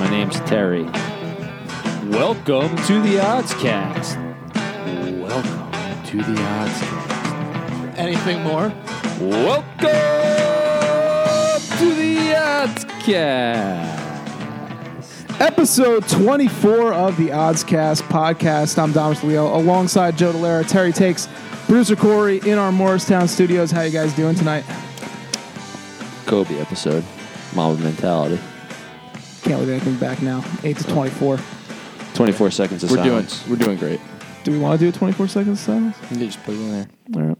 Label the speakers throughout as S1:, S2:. S1: My name's Terry. Welcome to the Oddscast. Welcome to the Oddscast.
S2: Anything more?
S1: Welcome to the Oddscast.
S2: Episode 24 of the Oddscast podcast. I'm Thomas Leo alongside Joe Delara, Terry Takes, producer Corey in our Morristown studios. How you guys doing tonight?
S1: Kobe episode. Mama mentality.
S2: Can't leave anything back now. 8 to 24.
S1: 24 seconds of
S3: We're doing
S1: silence.
S3: we're doing great.
S2: Do we want to do a 24 second silence?
S3: just put it in there.
S2: All right.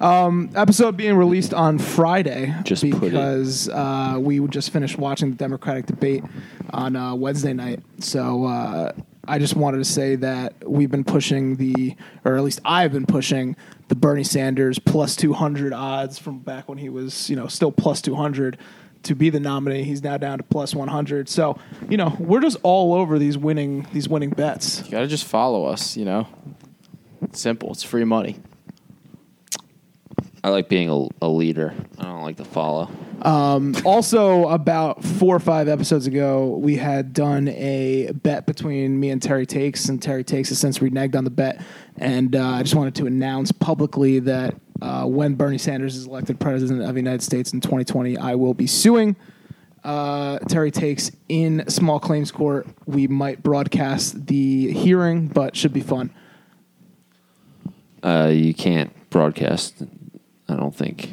S2: Um, episode being released on Friday
S1: Just put it.
S2: because uh, we just finished watching the Democratic debate on uh, Wednesday night. So uh, I just wanted to say that we've been pushing the, or at least I've been pushing the Bernie Sanders plus 200 odds from back when he was, you know, still plus 200 to be the nominee. He's now down to plus 100. So, you know, we're just all over these winning, these winning bets.
S3: You gotta just follow us, you know. It's simple. It's free money.
S1: I like being a, a leader. I don't like to follow.
S2: also about four or five episodes ago we had done a bet between me and terry takes and terry takes has since reneged on the bet and uh, i just wanted to announce publicly that uh, when bernie sanders is elected president of the united states in 2020 i will be suing uh, Terry takes in small claims court. We might broadcast the hearing, but should be fun.
S1: Uh, you can't broadcast. I don't think.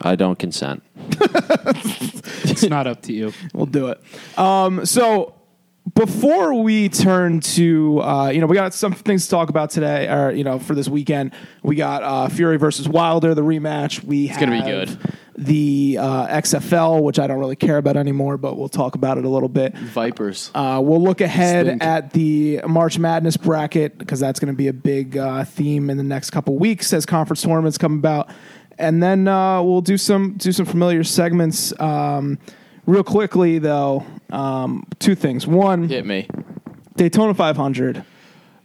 S1: I don't consent.
S4: It's not up to you.
S2: We'll do it. Um, so before we turn to, uh, you know, we got some things to talk about today, or you know, for this weekend, we got uh, Fury versus Wilder, the rematch. We it's
S3: gonna be good.
S2: The uh, XFL, which I don't really care about anymore, but we'll talk about it a little bit.
S3: Vipers.
S2: Uh, we'll look ahead
S3: Stink.
S2: at the March Madness bracket because that's going to be a big uh, theme in the next couple weeks as conference tournaments come about, and then uh, we'll do some do some familiar segments. Um, real quickly though, um, two things. One,
S3: Hit me.
S2: Daytona 500.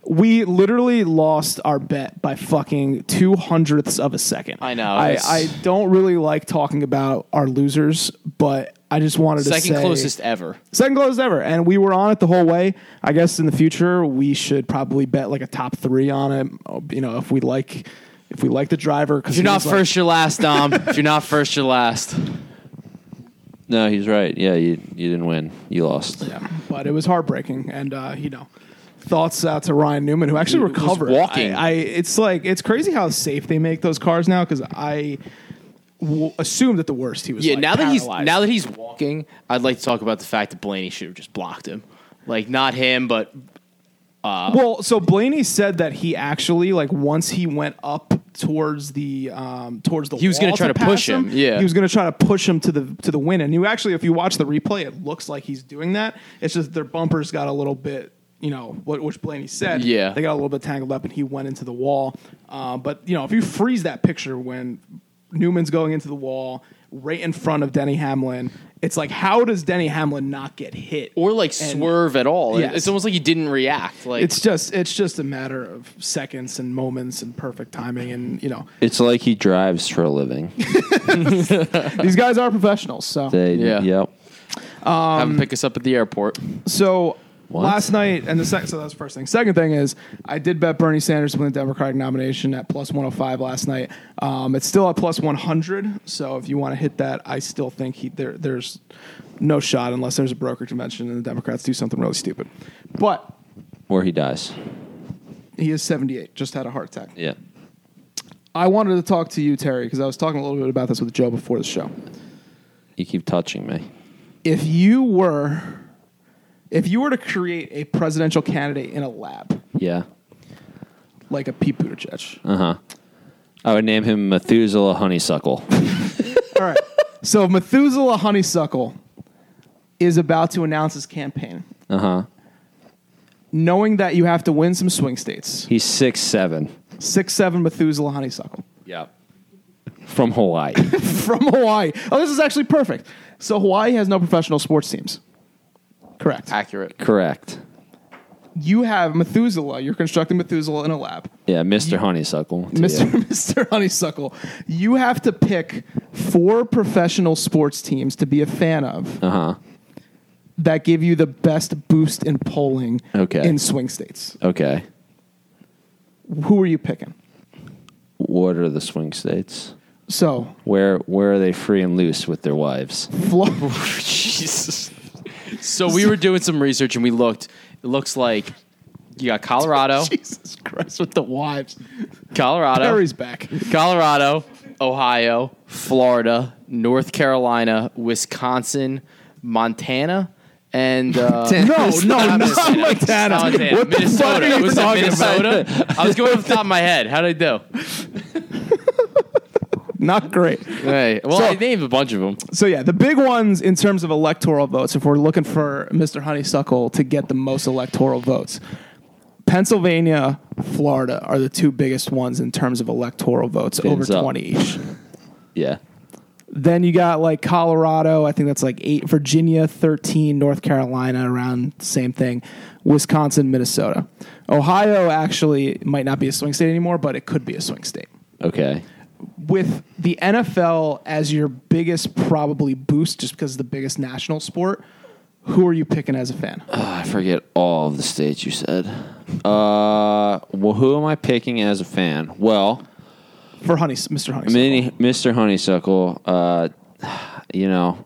S2: We literally lost our bet by fucking two hundredths of a second.
S3: I know,
S2: I,
S3: it's-
S2: I don't really like talking about our losers, but I just wanted to
S3: Second
S2: say
S3: closest ever.
S2: Second closest ever, and we were on it the whole way. I guess in the future we should probably bet like a top three on it. You know, if we like, if we like the driver, because
S3: If you're not first, you're last, Dom. if you're not first, you're last.
S1: No, he's right. Yeah, you you didn't win. You lost.
S2: yeah, but it was heartbreaking, and uh, you know, thoughts out to Ryan Newman who actually
S3: was
S2: recovered.
S3: walking.
S2: I, I, it's like it's crazy how safe they make those cars now because I w- assumed that the worst he was.
S3: Yeah,
S2: like,
S3: now that he's
S2: paralyzed.
S3: now that he's walking, I'd like to talk about the fact that Blaney should have just blocked him. Like not him, but
S2: Well, so Blaney said that he actually like once he went up towards the um towards the
S3: He was
S2: wall
S3: gonna try to
S2: pass
S3: push him, yeah.
S2: he was going to try to push him to the to the win. And you actually, if you watch the replay, it looks like he's doing that. It's just their bumpers got a little bit. You know what? Which Blaney said.
S3: Yeah.
S2: they got a little bit tangled up, and he went into the wall. Uh, but you know, if you freeze that picture when Newman's going into the wall right in front of Denny Hamlin, it's like how does Denny Hamlin not get hit
S3: or like
S2: And-
S3: swerve at all.
S2: Yes.
S3: It's almost like he didn't react. Like
S2: it's just it's just a matter of seconds and moments and perfect timing and you know
S1: It's like he drives for a living.
S2: these guys are professionals so
S1: They,
S3: Yeah.
S1: Yep.
S3: have him pick us up at the airport.
S2: so
S1: What?
S2: last night and the second so that's the first thing second thing is I did bet Bernie Sanders to win the Democratic nomination at plus 105 last night um, it's still at plus 100 so if you want to hit that I still think he there there's no shot unless there's a broker convention and the Democrats do something really stupid but
S1: Where he dies.
S2: he is 78 just had a heart attack
S1: Yeah.
S2: I wanted to talk to you Terry because I was talking a little bit about this with Joe before the show
S1: You keep touching me.
S2: if you were if you were to create a presidential candidate in a lab
S1: Yeah.
S2: like a Pete Buttigieg,
S1: Uh huh. I would name him Methuselah Honeysuckle.
S2: all right. So Methuselah Honeysuckle is about to announce his campaign,
S1: Uh huh.
S2: knowing that you have to win some swing states.
S1: He's six seven.
S2: Six seven Methuselah Honeysuckle
S1: Yep. From Hawaii.
S2: from Hawaii. Oh, this is actually perfect. So Hawaii has no professional sports teams. Correct.
S3: Accurate.
S1: Correct.
S2: You have Methuselah. You're constructing Methuselah in a lab.
S1: Yeah, Mr. Honeysuckle. to
S2: Mr.
S1: you.
S2: Mr. Honeysuckle, you have to pick four professional sports teams to be a fan of. Uh huh. that give you the best boost in polling
S1: Okay.
S2: in swing states.
S1: Okay.
S2: Who are you picking?
S1: What are the swing states?
S2: So,
S1: Where where are they free and loose with their wives?
S2: Florida.
S3: Jesus. So we were doing some research and we looked. It looks like you got Colorado,
S2: Jesus Christ, with the wives.
S3: Colorado,
S2: Harry's back.
S3: Colorado, Ohio, Florida, North Carolina, Wisconsin, Montana, and uh,
S2: No, no,
S3: Not
S2: not
S3: Montana.
S2: Montana.
S3: Not Montana.
S2: What the
S3: Minnesota.
S2: fuck are you
S3: Was it
S2: talking about?
S3: Minnesota? I was going off the top of my head. How did I do?
S2: Not great.
S3: Right. Well,
S2: So-
S3: I named a bunch of them.
S2: So yeah, the big ones in terms of electoral votes, if we're looking for Mr. Honeysuckle to get the most electoral votes, Pennsylvania, Florida are the two biggest ones in terms of electoral votes,
S1: Fins
S2: over
S1: up.
S2: twenty each.
S1: Yeah.
S2: Then you got like Colorado, I think that's like eight, Virginia, 13, North Carolina, around the same thing, Wisconsin, Minnesota. Ohio actually might not be a swing state anymore, but it could be a swing state
S1: Okay.
S2: with the NFL as your biggest probably boost just because it's the biggest national sport, who are you picking as a fan?
S1: Ah, I forget all of the states you said. Uh, well, who am I picking as a fan? Well,
S2: For Honey, Mr. Honey.
S1: mini, Mr. Honeysuckle. Uh, you know,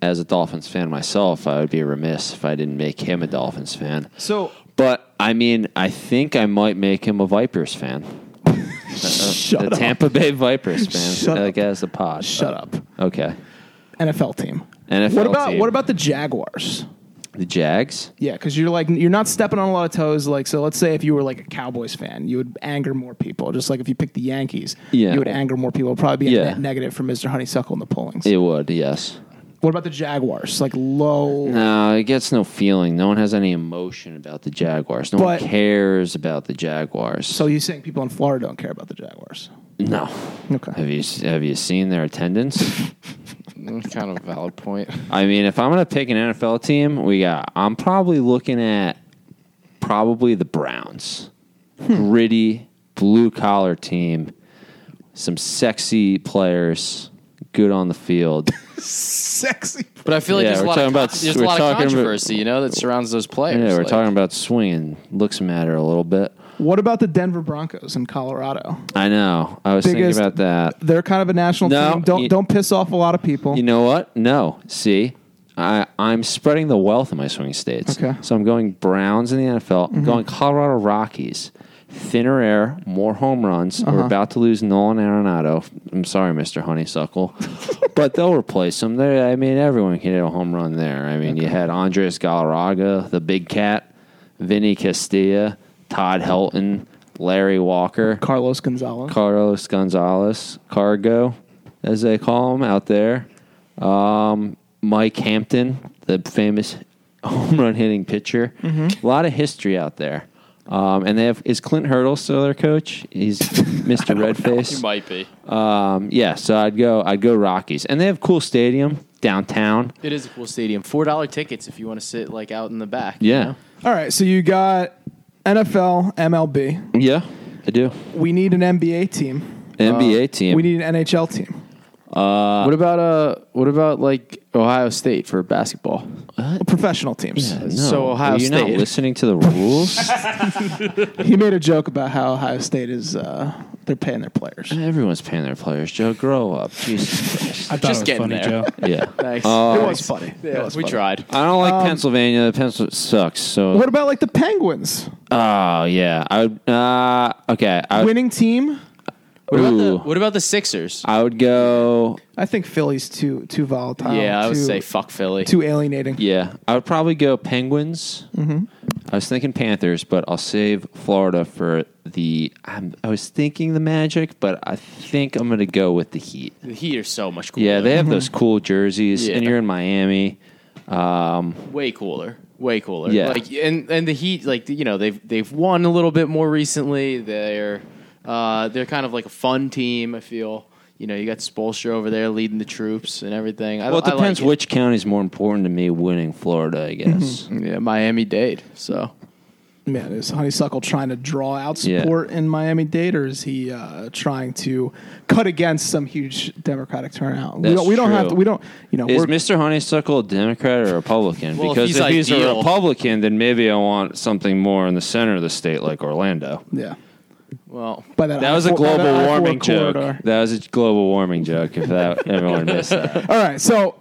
S1: as a Dolphins fan myself, I would be remiss if I didn't make him a Dolphins fan.
S2: So
S1: But I mean, I think I might make him a Vipers fan.
S2: shut
S1: the
S2: up.
S1: Tampa Bay Vipers fan.
S2: Shut
S1: like as the pod. Uh,
S2: shut up.
S1: Okay.
S2: NFL team.
S1: NFL
S2: what about
S1: team.
S2: what about the Jaguars?
S1: the Jags?
S2: Yeah, because you're like you're not stepping on a lot of toes. Like, so let's say if you were like a Cowboys fan, you would anger more people. Just like if you picked the Yankees,
S1: Yeah.
S2: you would anger more people. It'd probably be a
S1: Yeah.
S2: net negative for Mr. Honeysuckle in the pollings.
S1: It would, yes.
S2: What about the Jaguars? Like low.
S1: No, it gets no feeling. No one has any emotion about the Jaguars. No
S2: But-
S1: one cares about the Jaguars.
S2: So you saying people in Florida don't care about the Jaguars?
S1: no.
S2: Okay.
S1: Have you have you seen their attendance?
S3: Mm, Kind of a valid point.
S1: I mean, if I'm gonna pick an NFL team, we got. I'm probably looking at probably the Browns, gritty blue collar team, some sexy players, good on the field.
S2: Sexy.
S3: But I feel like
S1: Yeah,
S3: there's a
S1: we're
S3: lot of
S1: talking about-
S3: con- there's a
S1: we're
S3: lot of
S1: talking about-
S3: controversy, you know, that surrounds those players.
S1: yeah, we're
S3: Like,
S1: talking about swinging. Looks matter a little bit.
S2: What about the Denver Broncos in Colorado?
S1: I know. I was
S2: Biggest-
S1: thinking about that.
S2: They're kind of a national
S1: No,
S2: team. Don't
S1: you-
S2: don't piss off a lot of people.
S1: You know what? No. See, I, I'm spreading the wealth in my swing states.
S2: Okay.
S1: So I'm going Browns in the NFL. I'm going Colorado Rockies. Thinner air, more home runs. We're about to lose Nolan Arenado. I'm sorry, Mr. Honeysuckle, but they'll replace him. There, I mean, everyone can hit a home run there. I mean, you had Andres Galarraga, the big cat, Vinny Castilla, Todd Helton, Larry Walker.
S2: Carlos Gonzalez.
S1: Carlos Gonzalez, Cargo, as they call him out there. Um, Mike Hampton, the famous home run hitting pitcher. A
S3: Mm-hmm.
S1: lot of history out there. Um, and they have is Clint Hurdle still their coach? He's Mr.
S3: You
S1: Redface.
S3: might be.
S1: Um, yeah, so I'd go I'd go Rockies, and they have cool stadium downtown.
S3: It is a cool stadium. Four dollar tickets if you want to sit like out in the back. you
S1: Yeah,
S3: know?
S2: All right, so you got NFL, MLB.
S1: yeah, I do.
S2: We need an NBA team.
S3: Uh,
S1: NBA team.
S2: We need an NHL team.
S3: what about uh? What about like Ohio State for basketball?
S2: Professional teams.
S1: Uh, no,
S3: so Ohio
S1: are you not
S3: State.
S1: listening to the rules?
S2: He made a joke about how Ohio State is uh, they're paying their players.
S1: Everyone's paying their players. Joe, grow up. Jesus Christ.
S4: I thought
S3: Just
S4: it was
S3: getting
S4: funny,
S3: there.
S4: Joe.
S1: Yeah.
S3: Thanks.
S1: Oh,
S2: it was funny. It
S3: Uh, yeah,
S2: was
S3: we
S2: funny.
S3: tried.
S1: I don't
S3: Um,
S1: like Pennsylvania. The Pennsylvania sucks. So
S2: What about like the Penguins?
S1: oh yeah, I would. Uh, okay, I would,
S2: Winning team?
S3: What about, the,
S1: Ooh.
S3: what about the Sixers?
S1: I would go.
S2: I think Philly's too too volatile.
S3: yeah, I would
S2: too-
S3: say fuck Philly.
S2: too alienating.
S1: Yeah, I would probably go Penguins.
S3: Mm-hmm.
S1: I was thinking Panthers, but I'll save Florida for the. I'm, I was thinking the Magic, but I think I'm gonna go with the Heat.
S3: the Heat are so much cooler.
S1: Yeah, they have those cool jerseys, and
S3: Yeah.
S1: you're in Miami.
S3: way cooler. Way cooler.
S1: Yeah.
S3: Like and and the Heat, like you know, they've they've won a little bit more recently. They're uh they're kind of like a fun team. I feel. You know, you got Spolstra over there leading the troops and everything. I,
S1: Well, it
S3: I like
S1: depends which
S3: Mm-hmm.
S1: county's more important to me winning Florida, I guess.
S3: Yeah, Miami Dade. So
S2: man, is Honeysuckle trying to draw out
S1: Yeah.
S2: support in Miami Dade, or is he uh, trying to cut against some huge Democratic turnout? we
S1: That's
S2: don't, we don't have
S1: true.
S2: to. We don't. You know,
S1: Is
S2: we're-
S1: Mr. Honeysuckle a Democrat or a Republican?
S3: Well, if
S1: because
S3: he's
S1: if he's a
S3: ideal-
S1: Republican, then maybe I want something more in the center of the state, like Orlando.
S2: yeah.
S3: Well,
S2: By that,
S1: That
S2: I-
S1: was a
S2: by that
S1: global
S2: I four
S1: warming joke.
S2: corridor.
S1: That was a global warming joke. If that everyone missed that,
S2: All right, so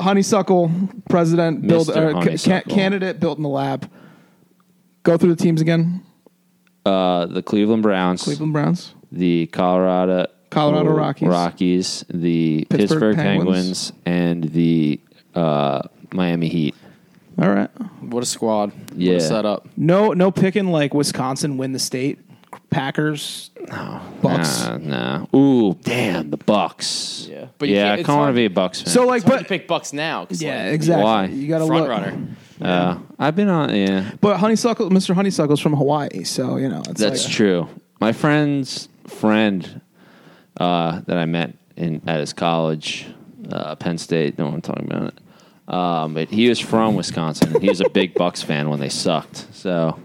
S2: honeysuckle president built
S1: Mr.
S2: uh, ca-
S1: Honeysuckle.
S2: ca- candidate built in the lab. Go through the teams again.
S1: uh, the Cleveland Browns,
S2: Cleveland Browns.
S1: the Colorado
S2: Colorado Rockies.
S1: Rockies, the
S2: Pittsburgh
S1: Pittsburgh,
S2: Penguins.
S1: Penguins. and the uh, Miami Heat.
S2: All right.
S3: what a squad. What
S1: Yeah.
S3: a setup.
S2: No, no picking like Wisconsin win the state. Packers. Bucks.
S1: Nah, nah. Ooh, damn the Bucks.
S3: Yeah. But
S1: but
S3: you
S1: yeah,
S3: can't-
S1: I
S3: it's
S1: kind of want
S3: hard-
S1: to be a Bucks fan.
S2: So like,
S3: But to
S2: but
S3: pick Bucks now. 'cause,
S2: yeah,
S3: like,
S2: exactly.
S1: Why?
S2: You got to
S3: Front
S2: look.
S3: runner.
S1: uh, I've been on. Yeah,
S2: But honeysuckle, Mr. Honeysuckle's from Hawaii, so you know it's
S1: That's
S2: like-
S1: true. My friend's friend uh, that I met in at his college, uh, Penn State. No one talking about it. Um, but he was from Wisconsin. and he was a big Bucks fan when they sucked. So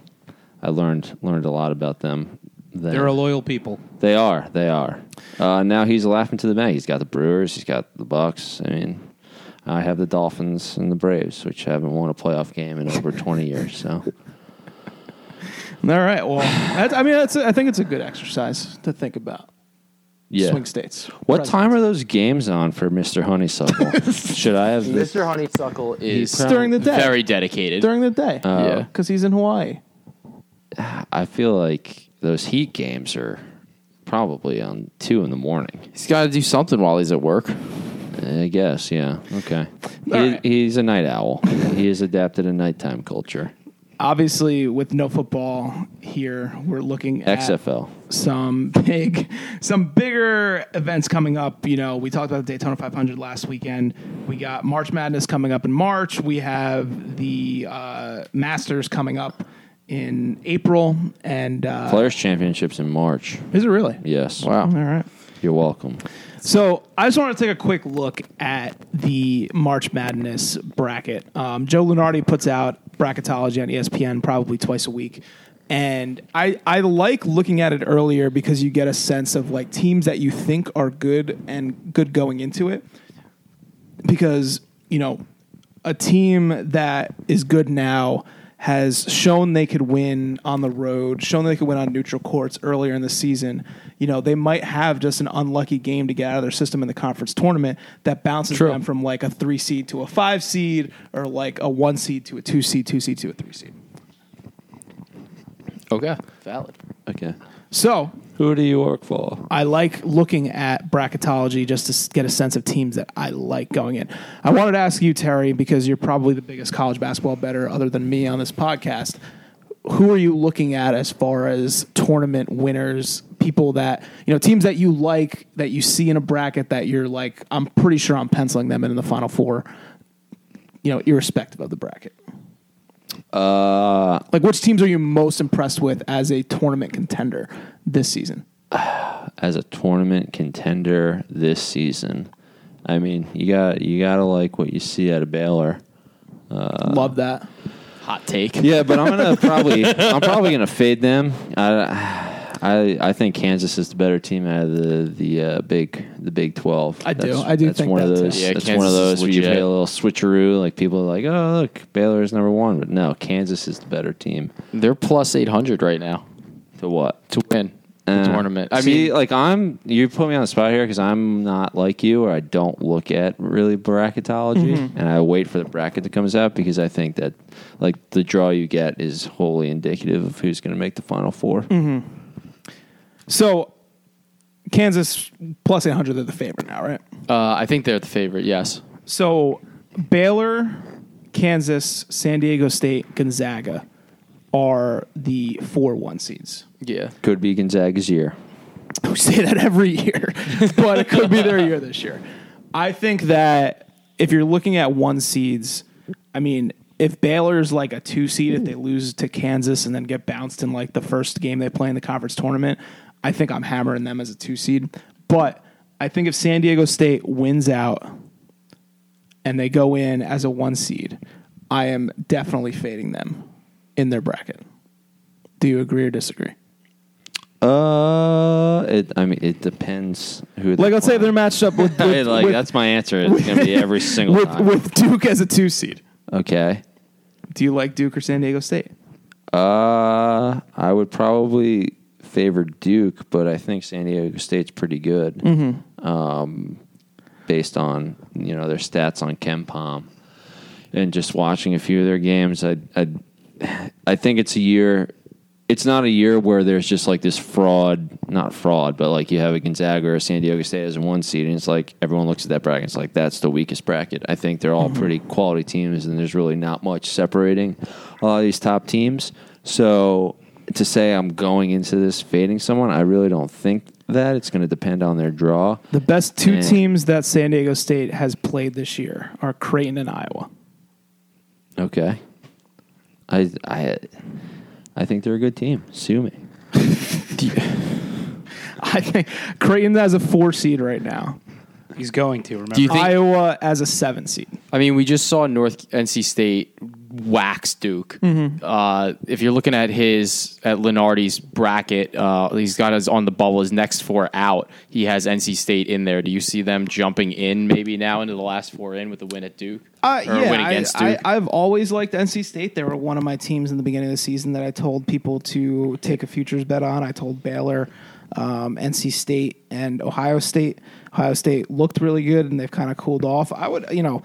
S1: I learned learned a lot about them. then.
S4: They're a loyal people.
S1: they are. They are. Uh, now he's laughing to the bank. He's got the Brewers. He's got the Bucks. I mean. I have the Dolphins and the Braves, which haven't won a playoff game in over 20 years. So
S2: All right. Well, that's, I mean, that's a, I think it's a good exercise to think about.
S1: yeah.
S2: Swing states.
S1: What
S2: Presidents.
S1: time are those games on for Mr. Honeysuckle? Should I have this?
S3: Mr. Honeysuckle is
S1: proud.
S2: During the day.
S3: very dedicated.
S2: During the day.
S1: Oh.
S3: Yeah.
S2: Because he's in Hawaii.
S1: I feel like those Heat games are probably on two in the morning.
S3: He's got to do something while he's at work.
S1: I guess, yeah. Okay. He,
S2: All right.
S1: He's a night owl. he is adapted to nighttime culture.
S2: obviously with no football here we're looking
S1: Uh,
S2: at
S1: XFL.
S2: some big some bigger events coming up you know we talked about the daytona 500 last weekend we got march madness coming up in march we have the uh, masters coming up in april and uh,
S1: Players Championships in March.
S2: is it really
S1: Yes.
S2: all right
S1: You're welcome.
S2: so I just want to take a quick look at the March Madness bracket. Um, Joe Lunardi puts out bracketology on E ESPN probably twice a week, and I I like looking at it earlier because you get a sense of like teams that you think are good and good going into it because you know a team that is good now has shown they could win on the road, shown they could win on neutral courts earlier in the season. You know, they might have just an unlucky game to get out of their system in the conference tournament that bounces them from like a three seed to a five seed or like a one seed to a two seed, two seed to a three seed.
S3: Okay. Valid.
S1: Okay.
S2: So
S1: Who do you work for?
S2: I like looking at bracketology just to s- get a sense of teams that I like going in. I wanted to ask you, Terry, because you're probably the biggest college basketball better other than me on this podcast. Who are you looking at as far as tournament winners, people that, you know, teams that you like, that you see in a bracket that you're like, I'm pretty sure I'm penciling them in, in the final four, you know, irrespective of the bracket?
S1: Uh,
S2: Like, which teams are you most impressed with as a tournament contender this season?
S1: as a tournament contender this season. I mean, you got you got to like what you see out of Baylor.
S2: Love that.
S3: Hot take.
S1: Yeah, but I'm gonna probably I'm probably gonna fade them. I, I I think Kansas is the better team out of the the uh, big the Big Twelve.
S2: I do. I do
S1: That's
S2: think
S1: one of
S2: that, too.
S1: those.
S3: Yeah,
S1: that's
S3: Kansas
S1: one of
S3: is
S1: those where you
S3: legit.
S1: play a little switcheroo. Like people are like, oh look, Baylor is number one, but no, Kansas is the better team.
S3: They're plus 800 right now
S1: To what?
S3: to win the
S1: Uh,
S3: tournament. I
S1: see,
S3: mean,
S1: like I'm you put me on the spot here because I'm not like you, or I don't look at really bracketology,
S2: Mm-hmm.
S1: and I wait for the bracket that comes out because I think that like the draw you get is wholly indicative of who's going to make the final 4
S2: Mm-hmm. So Kansas plus 800 they're the favorite now, right?
S3: uh, I think they're the favorite, yes.
S2: So Baylor, Kansas, San Diego State, Gonzaga are the 4 1 seeds.
S3: Yeah.
S1: Could be Gonzaga's year.
S2: We say that every year, but it could be their year this year. I think that if you're looking at one seeds, I mean, if Baylor's like a two seed, if they lose to Kansas and then get bounced in like the first game they play in the conference tournament, I think I'm hammering them as a two seed. But I think if San Diego State wins out and they go in as a one seed, I am definitely fading them in their bracket. Do you agree or disagree?
S1: Uh, it, I mean, it depends who.
S2: Like, let's say they're matched up with,
S1: I mean,
S2: with,
S1: like
S2: with,
S1: that's my answer. It's gonna be every single
S2: with,
S1: time.
S2: with Duke as a two seed.
S1: okay.
S2: Do you like Duke or San Diego State?
S1: Uh, I would probably favor Duke, but I think San Diego State's pretty good. Um, based on you know their stats on Ken Palm, and just watching a few of their games, I I I think it's a year. It's not a year where there's just like this fraud, not fraud, but like you have a Gonzaga or a San Diego State as a one seed, and it's like everyone looks at that bracket. and It's like that's the weakest bracket. I think they're all pretty quality teams, and there's really not much separating a lot of these top teams. So to say I'm going into this fading someone, I really don't think that. It's going to depend on their draw.
S2: The best two
S1: Eh.
S2: teams that San Diego State has played this year are Creighton and Iowa.
S1: Okay. I I I think they're a good team. Sue me.
S2: I think Creighton as a four seed right now.
S4: He's going to remember.
S3: Do you think-
S2: Iowa as a seven seed.
S3: I mean, we just saw North NC State wax Duke.
S2: Mm-hmm.
S3: Uh, if you're looking at his at Lenardi's bracket, uh, he's got us on the bubble. His next four out, he has NC State in there. Do you see them jumping in maybe now into the last four in with the win at Duke
S2: Uh,
S3: or
S2: yeah,
S3: win against
S2: I,
S3: Duke?
S2: I, I've always liked NC State. They were one of my teams in the beginning of the season that I told people to take a futures bet on. I told Baylor, um, NC State, and Ohio State. Ohio State looked really good, and they've kind of cooled off. I would, you know,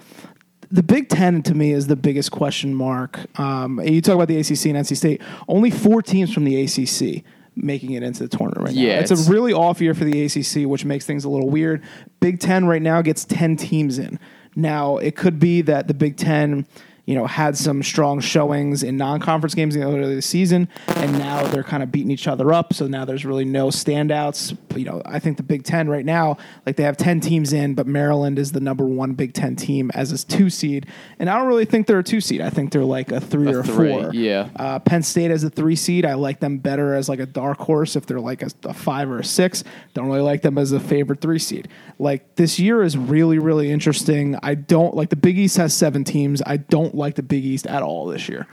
S2: the Big Ten to me is the biggest question mark. Um, you talk about the ACC and NC State. Only four teams from the ACC making it into the tournament right now.
S3: Yeah,
S2: it's, a
S3: it's-
S2: real really off year for the ACC, which makes things a little weird. Big Ten right now gets ten teams in. Now it could be that the Big Ten, you know, had some strong showings in non-conference games in the early of the season, and now they're kind of beating each other up. So now there's really no standouts. But, You know, I think the Big Ten right now, like they have ten teams in, but Maryland is the number one Big Ten team as a two seed, and I don't really think they're a two seed. I think they're like a three or a
S3: three,
S2: four.
S3: yeah.
S2: Uh, Penn State as a three seed. I like them better as like a dark horse if they're like a, a five or a six. Don't really like them as a favored three seed. Like this year is really really interesting. I don't like the Big East has seven teams. I don't like the Big East at all this year.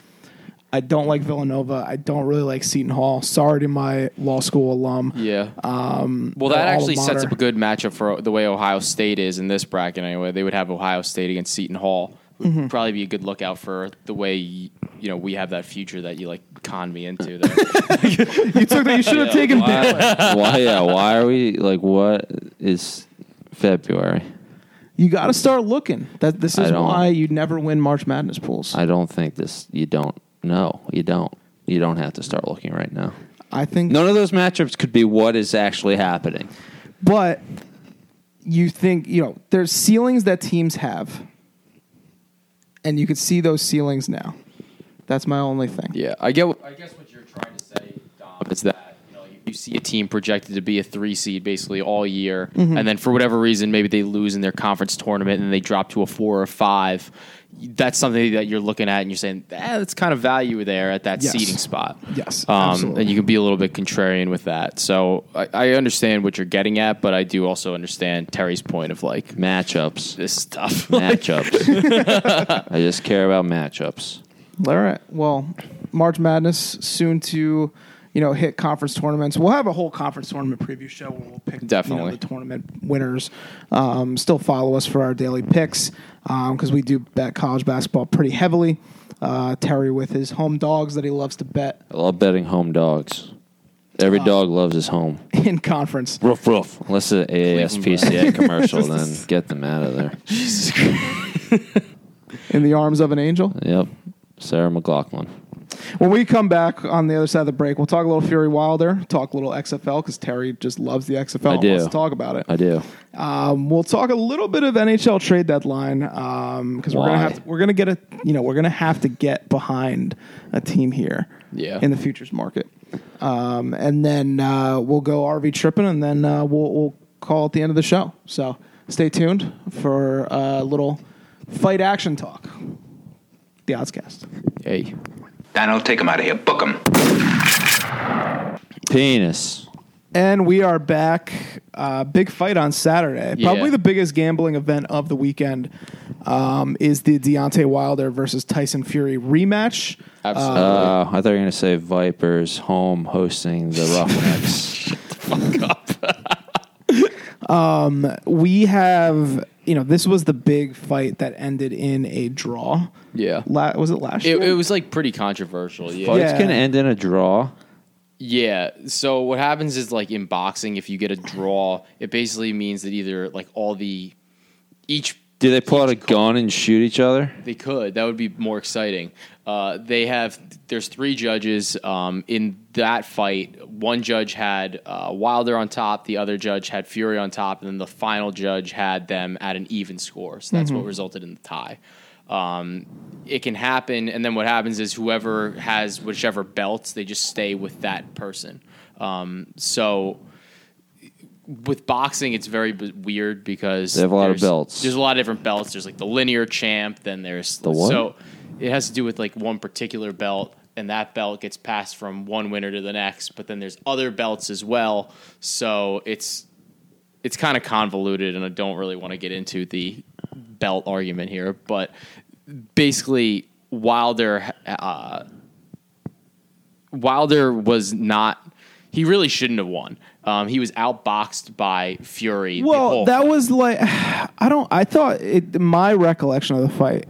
S2: I don't like Villanova. I don't really like Seton Hall. Sorry to my law school alum.
S3: yeah. Um, well,
S2: alma
S3: that actually sets
S2: mater.
S3: up a good matchup for the way Ohio State is in this bracket. Anyway, they would have Ohio State against Seton Hall. Would
S2: Mm-hmm.
S3: probably be a good lookout for the way you know we have that future that you like conned me into. There.
S2: You took that. You should have taken.
S1: Why, why? Yeah. Why are we like? What is February?
S2: You got to start looking. That this
S1: I
S2: is
S1: don't.
S2: why you never win March Madness pools.
S1: I don't think this. You don't. No, you don't. You don't have to start looking right now.
S2: I think
S1: None of those matchups could be what is actually happening.
S2: But you think, you know, there's ceilings that teams have. And you could see those ceilings now. That's my only thing.
S3: Yeah, I get. I guess what you're trying to say, Dom, is that you know you- you see a team projected to be a three seed basically all year, and then for whatever reason, maybe they lose in their conference tournament and they drop to a four or five. That's something that you're looking at and you're saying, eh, that's kind of value there at that
S2: Yes.
S3: seeding spot.
S2: Yes,
S3: um,
S2: absolutely.
S3: and you can be a little bit contrarian with that. So I, I understand what you're getting at, but I do also understand Terry's point of like
S1: Matchups.
S3: this stuff.
S1: Matchups. I just care about matchups.
S2: All right. Well, March Madness soon to, you know, hit conference tournaments. We'll have a whole conference tournament preview show where we'll pick you know,
S3: Definitely.
S2: the tournament winners. Um, still follow us for our daily picks because we do bet college basketball pretty heavily. Uh, Terry with his home dogs that he loves to bet
S1: I love betting home dogs. Every dog loves his home.
S2: in conference.
S1: Roof, roof. Unless it's an AASPCA commercial, then get them out of there.
S2: In the arms of an angel.
S1: Yep. Sarah McLaughlin.
S2: When we come back on the other side of the break, we'll talk a little Fury Wilder, talk a little XFL because Terry just loves the XFL.
S1: I
S2: and
S1: do.
S2: Wants to talk about it.
S1: I do.
S2: Um, we'll talk a little bit of NHL trade deadline because we're
S1: Why?
S2: gonna have to, we're gonna get a you know we're gonna have to get behind a team here
S3: Yeah.
S2: in the futures market, um, and then uh, we'll go RV tripping, and then uh, we'll, we'll call at the end of the show. So stay tuned for a little fight action talk. The Oddscast.
S3: Hey. uh,
S5: Donald, take him out of here. Book him.
S1: Penis.
S2: And we are back. Uh, big fight on Saturday.
S3: Yeah.
S2: Probably the biggest gambling event of the weekend. um, is the Deontay Wilder versus Tyson Fury rematch.
S3: Absolutely.
S1: Uh, I thought you were going to say Vipers home hosting the Roughnecks.
S2: We have, you know, this was the big fight that ended in a draw.
S3: yeah.
S2: La- was it last
S3: It,
S2: year?
S3: it was like pretty controversial. Yeah.
S1: But
S2: Yeah.
S1: it's going to end in a draw.
S3: Yeah. So what happens is like in boxing, if you get a draw, it basically means that either like all the each
S1: Do they pull out a gun and shoot each other?
S3: They could. That would be more exciting. Uh, they have. There's three judges um, in that fight. One judge had uh, Wilder on top. The other judge had Fury on top, and then the final judge had them at an even score. So that's what resulted in the tie. Um, it can happen, and then what happens is whoever has whichever belts, they just stay with that person. Um, so. With boxing, it's very b- weird because
S1: They have a lot of
S3: there's-
S1: belts.
S3: There's a lot of different belts. There's like the linear champ, then there's the
S1: what?
S3: So it has to do with like one particular belt, and that belt gets passed from one winner to the next. But then there's other belts as well. So it's it's kind of convoluted, and I don't really want to get into the belt argument here. But basically, Wilder uh, Wilder was not. He really shouldn't have won. Um, he was outboxed by Fury. the
S2: Well,
S3: whole
S2: that was like I don't. I thought it. My recollection of the fight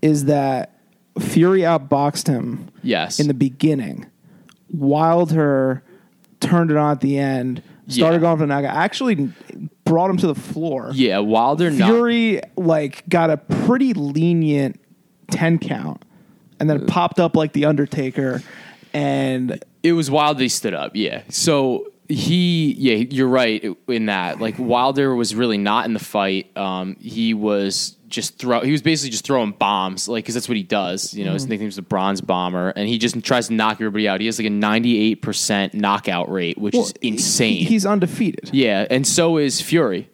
S2: is that Fury outboxed him
S3: Yes.
S2: in the beginning. Wilder turned it on at the end. Started
S3: Yeah.
S2: going for the knockout. Actually, brought him to the floor.
S3: yeah, Wilder not
S2: Fury like got a pretty lenient ten count, and
S3: Uh.
S2: then it popped up like the Undertaker, and
S3: It was Wilder he stood up. Yeah. So he, yeah, you're right in that. Like Wilder was really not in the fight. Um, he was just throw. He was basically just throwing bombs, like because that's what he does. You know,
S2: Mm-hmm.
S3: his nickname's the Bronze Bomber, and he just tries to knock everybody out. He has like a 98 percent knockout rate, which is insane.
S2: he- he's undefeated.
S3: yeah, and so is Fury,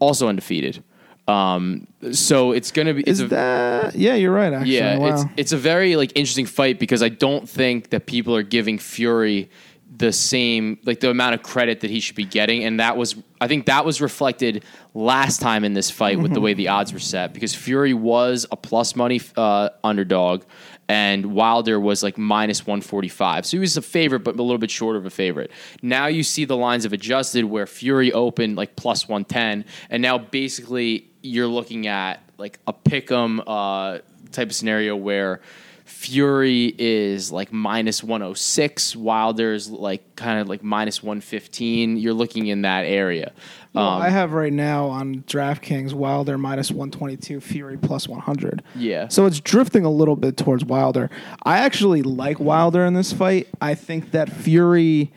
S3: also undefeated. Um, so it's gonna be.
S2: Is
S3: it's a,
S2: that yeah? You're right. Actually,
S3: yeah,
S2: Wow.
S3: it's it's a very like interesting fight because I don't think that people are giving Fury the same like the amount of credit that he should be getting, and that was I think that was reflected last time in this fight with the way the odds were set because Fury was a plus money uh, underdog, and Wilder was like minus one forty five, so he was a favorite but a little bit shorter of a favorite. Now you see the lines have adjusted where Fury opened like plus one ten, and now basically you're looking at like a pick 'em uh, type of scenario where Fury is like minus 106, Wilder's like kind of like minus 115. You're looking in that area.
S2: Well, I have right now on DraftKings Wilder minus 122, Fury plus 100.
S3: Yeah.
S2: So it's drifting a little bit towards Wilder. I actually like Wilder in this fight. I think that Fury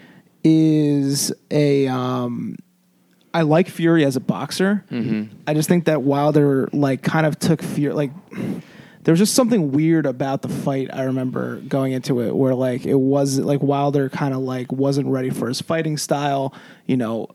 S2: is a. Um, I like Fury as a boxer. I just think that Wilder like kind of took Fury like there was just something weird about the fight. I remember going into it where like it was like Wilder kind of like wasn't ready for his fighting style. You know,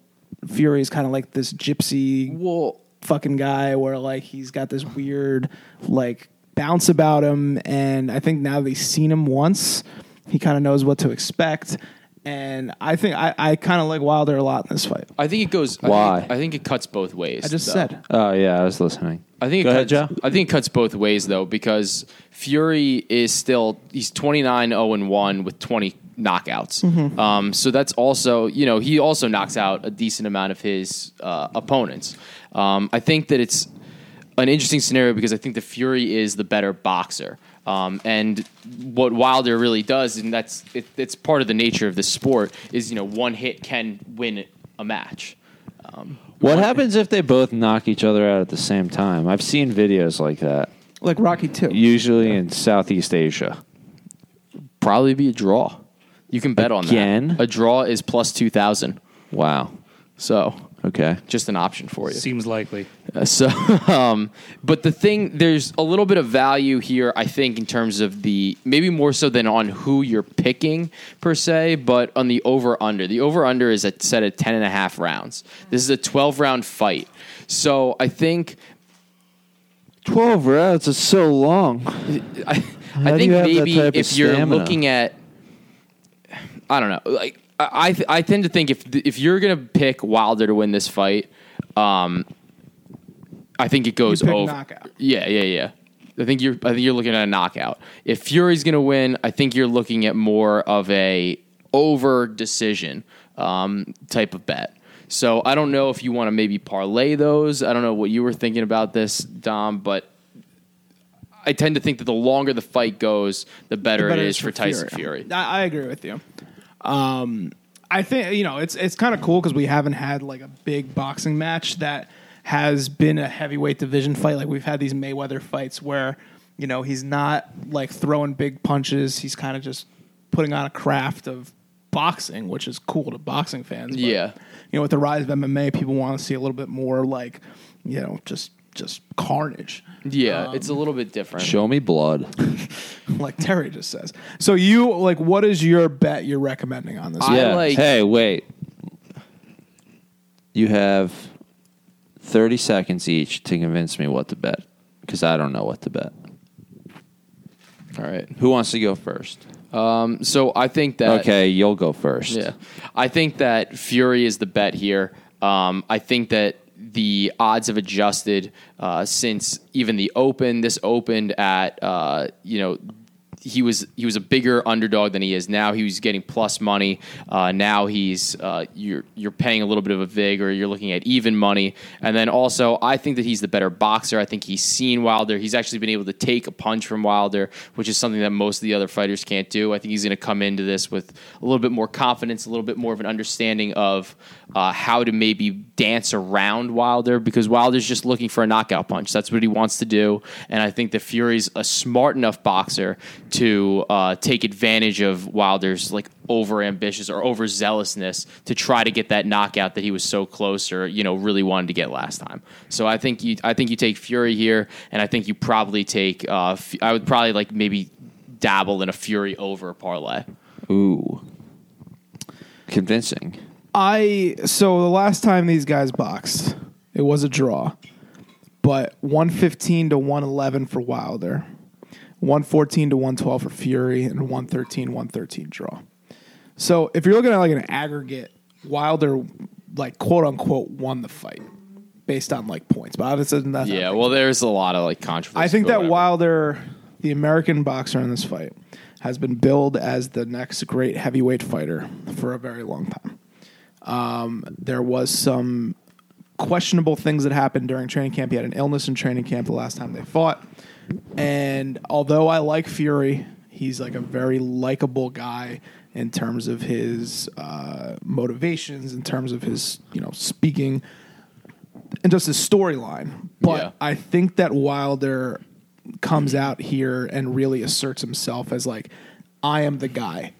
S2: Fury's kind of like this gypsy
S3: Well,
S2: fucking guy where like he's got this weird like bounce about him and I think now that he's seen him once, he kind of knows what to expect. And I think I, I kind of like Wilder a lot in this fight.
S3: I think it goes. I
S1: Why?
S3: think, I think it cuts both ways.
S2: I just
S3: though.
S2: said
S1: Oh, yeah, I was listening.
S3: I think
S1: Go
S3: it
S1: ahead,
S3: cuts,
S1: Joe.
S3: I think it cuts both ways though because Fury is still he's 29 0 and 1 with 20 knockouts.
S1: Mm-hmm.
S3: Um, so that's also, you know, he also knocks out a decent amount of his uh, opponents. Um, I think that it's an interesting scenario because I think the Fury is the better boxer. Um, and what Wilder really does, and that's it, it's part of the nature of this sport, is you know one hit can win a match.
S1: What happens if they both knock each other out at the same time? I've seen videos like that,
S2: like Rocky too.
S1: usually in Southeast Asia.
S3: probably be a draw. You can bet on
S1: Again?
S3: that. A draw is plus 2,000.
S1: Wow.
S3: So
S1: Okay.
S3: just an option for you.
S4: Seems likely.
S3: Uh, So, um, but the thing, there's a little bit of value here, I think, in terms of the maybe more so than on who you're picking per se, but on the over under. The over under is at, set at 10 and a half rounds. This is a 12 round fight. So I think
S1: 12 rounds is so long.
S3: I,
S1: do
S3: I think
S1: you have that
S3: maybe
S1: type of
S3: if you're
S1: stamina?
S3: looking at, I don't know, like I, I, th- I tend to think if th- if you're gonna pick Wilder to win this fight, um, I think it goes
S2: pick
S3: over.
S2: knockout.
S3: Yeah, yeah, yeah. I think you're. I think you're looking at a knockout. If Fury's going to win, I think you're looking at more of a over decision um, type of bet. So I don't know if you want to maybe parlay those. I don't know what you were thinking about this, Dom, but I tend to think that the longer the fight goes, the better,
S2: better
S3: it
S2: it
S3: is for Tyson Fury.
S2: I, I agree with you. Um, I think you know it's it's kind of cool because we haven't had like a big boxing match that has been a heavyweight division fight. Like we've had these Mayweather fights where you know he's not like throwing big punches. He's kind of just putting on a craft of boxing, which is cool to boxing fans. but,
S3: Yeah.
S2: you know, with the rise of MMA, people want to see a little bit more like you know just just carnage.
S3: Yeah, it's a little bit different.
S1: Show me blood.
S2: like Terry just says. So you like, what is your bet you're recommending on this?
S3: I
S1: yeah.
S3: like-
S1: hey, wait. You have 30 seconds each to convince me what to bet because I don't know what to bet.
S3: All right.
S1: Who wants to go first?
S3: So I think that
S1: Uh, okay, you'll go first.
S3: Yeah, I think that Fury is the bet here. Um, I think that the odds have adjusted uh, since even the open. This opened at uh, you know he was he was a bigger underdog than he is now. He was getting plus money. Uh, now he's uh, you're you're paying a little bit of a vig or you're looking at even money. And then also I think that he's the better boxer. I think he's seen Wilder. He's actually been able to take a punch from Wilder, which is something that most of the other fighters can't do. I think he's going to come into this with a little bit more confidence, a little bit more of an understanding of uh, how to maybe dance around Wilder because Wilder's just looking for a knockout punch. That's what he wants to do. And I think that Fury's a smart enough boxer to uh, take advantage of Wilder's like over ambitious or over zealousness to try to get that knockout that he was so close or you know really wanted to get last time. So I think you I think you take Fury here, and I think you probably take uh, F- I would probably like maybe dabble in a Fury over parlay.
S1: Ooh. Convincing.
S2: I so the last time these guys boxed, it was a draw, but one fifteen to one eleven for Wilder, one fourteen to one twelve for Fury, and 113, 113 draw. So if you're looking at like an aggregate, Wilder like quote unquote won the fight based on like points, but obviously that's
S3: Yeah, well, there's a lot of like controversy.
S2: I think
S3: but
S2: that
S3: whatever.
S2: Wilder, the American boxer in this fight, has been billed as the next great heavyweight fighter for a very long time. Um, there was some questionable things that happened during training camp. He had an illness in training camp the last time they fought. And although I like Fury, he's like a very likable guy in terms of his uh, motivations, in terms of his you know speaking, and just his storyline. But
S3: Yeah.
S2: I think that Wilder comes out here and really asserts himself as like, I am the guy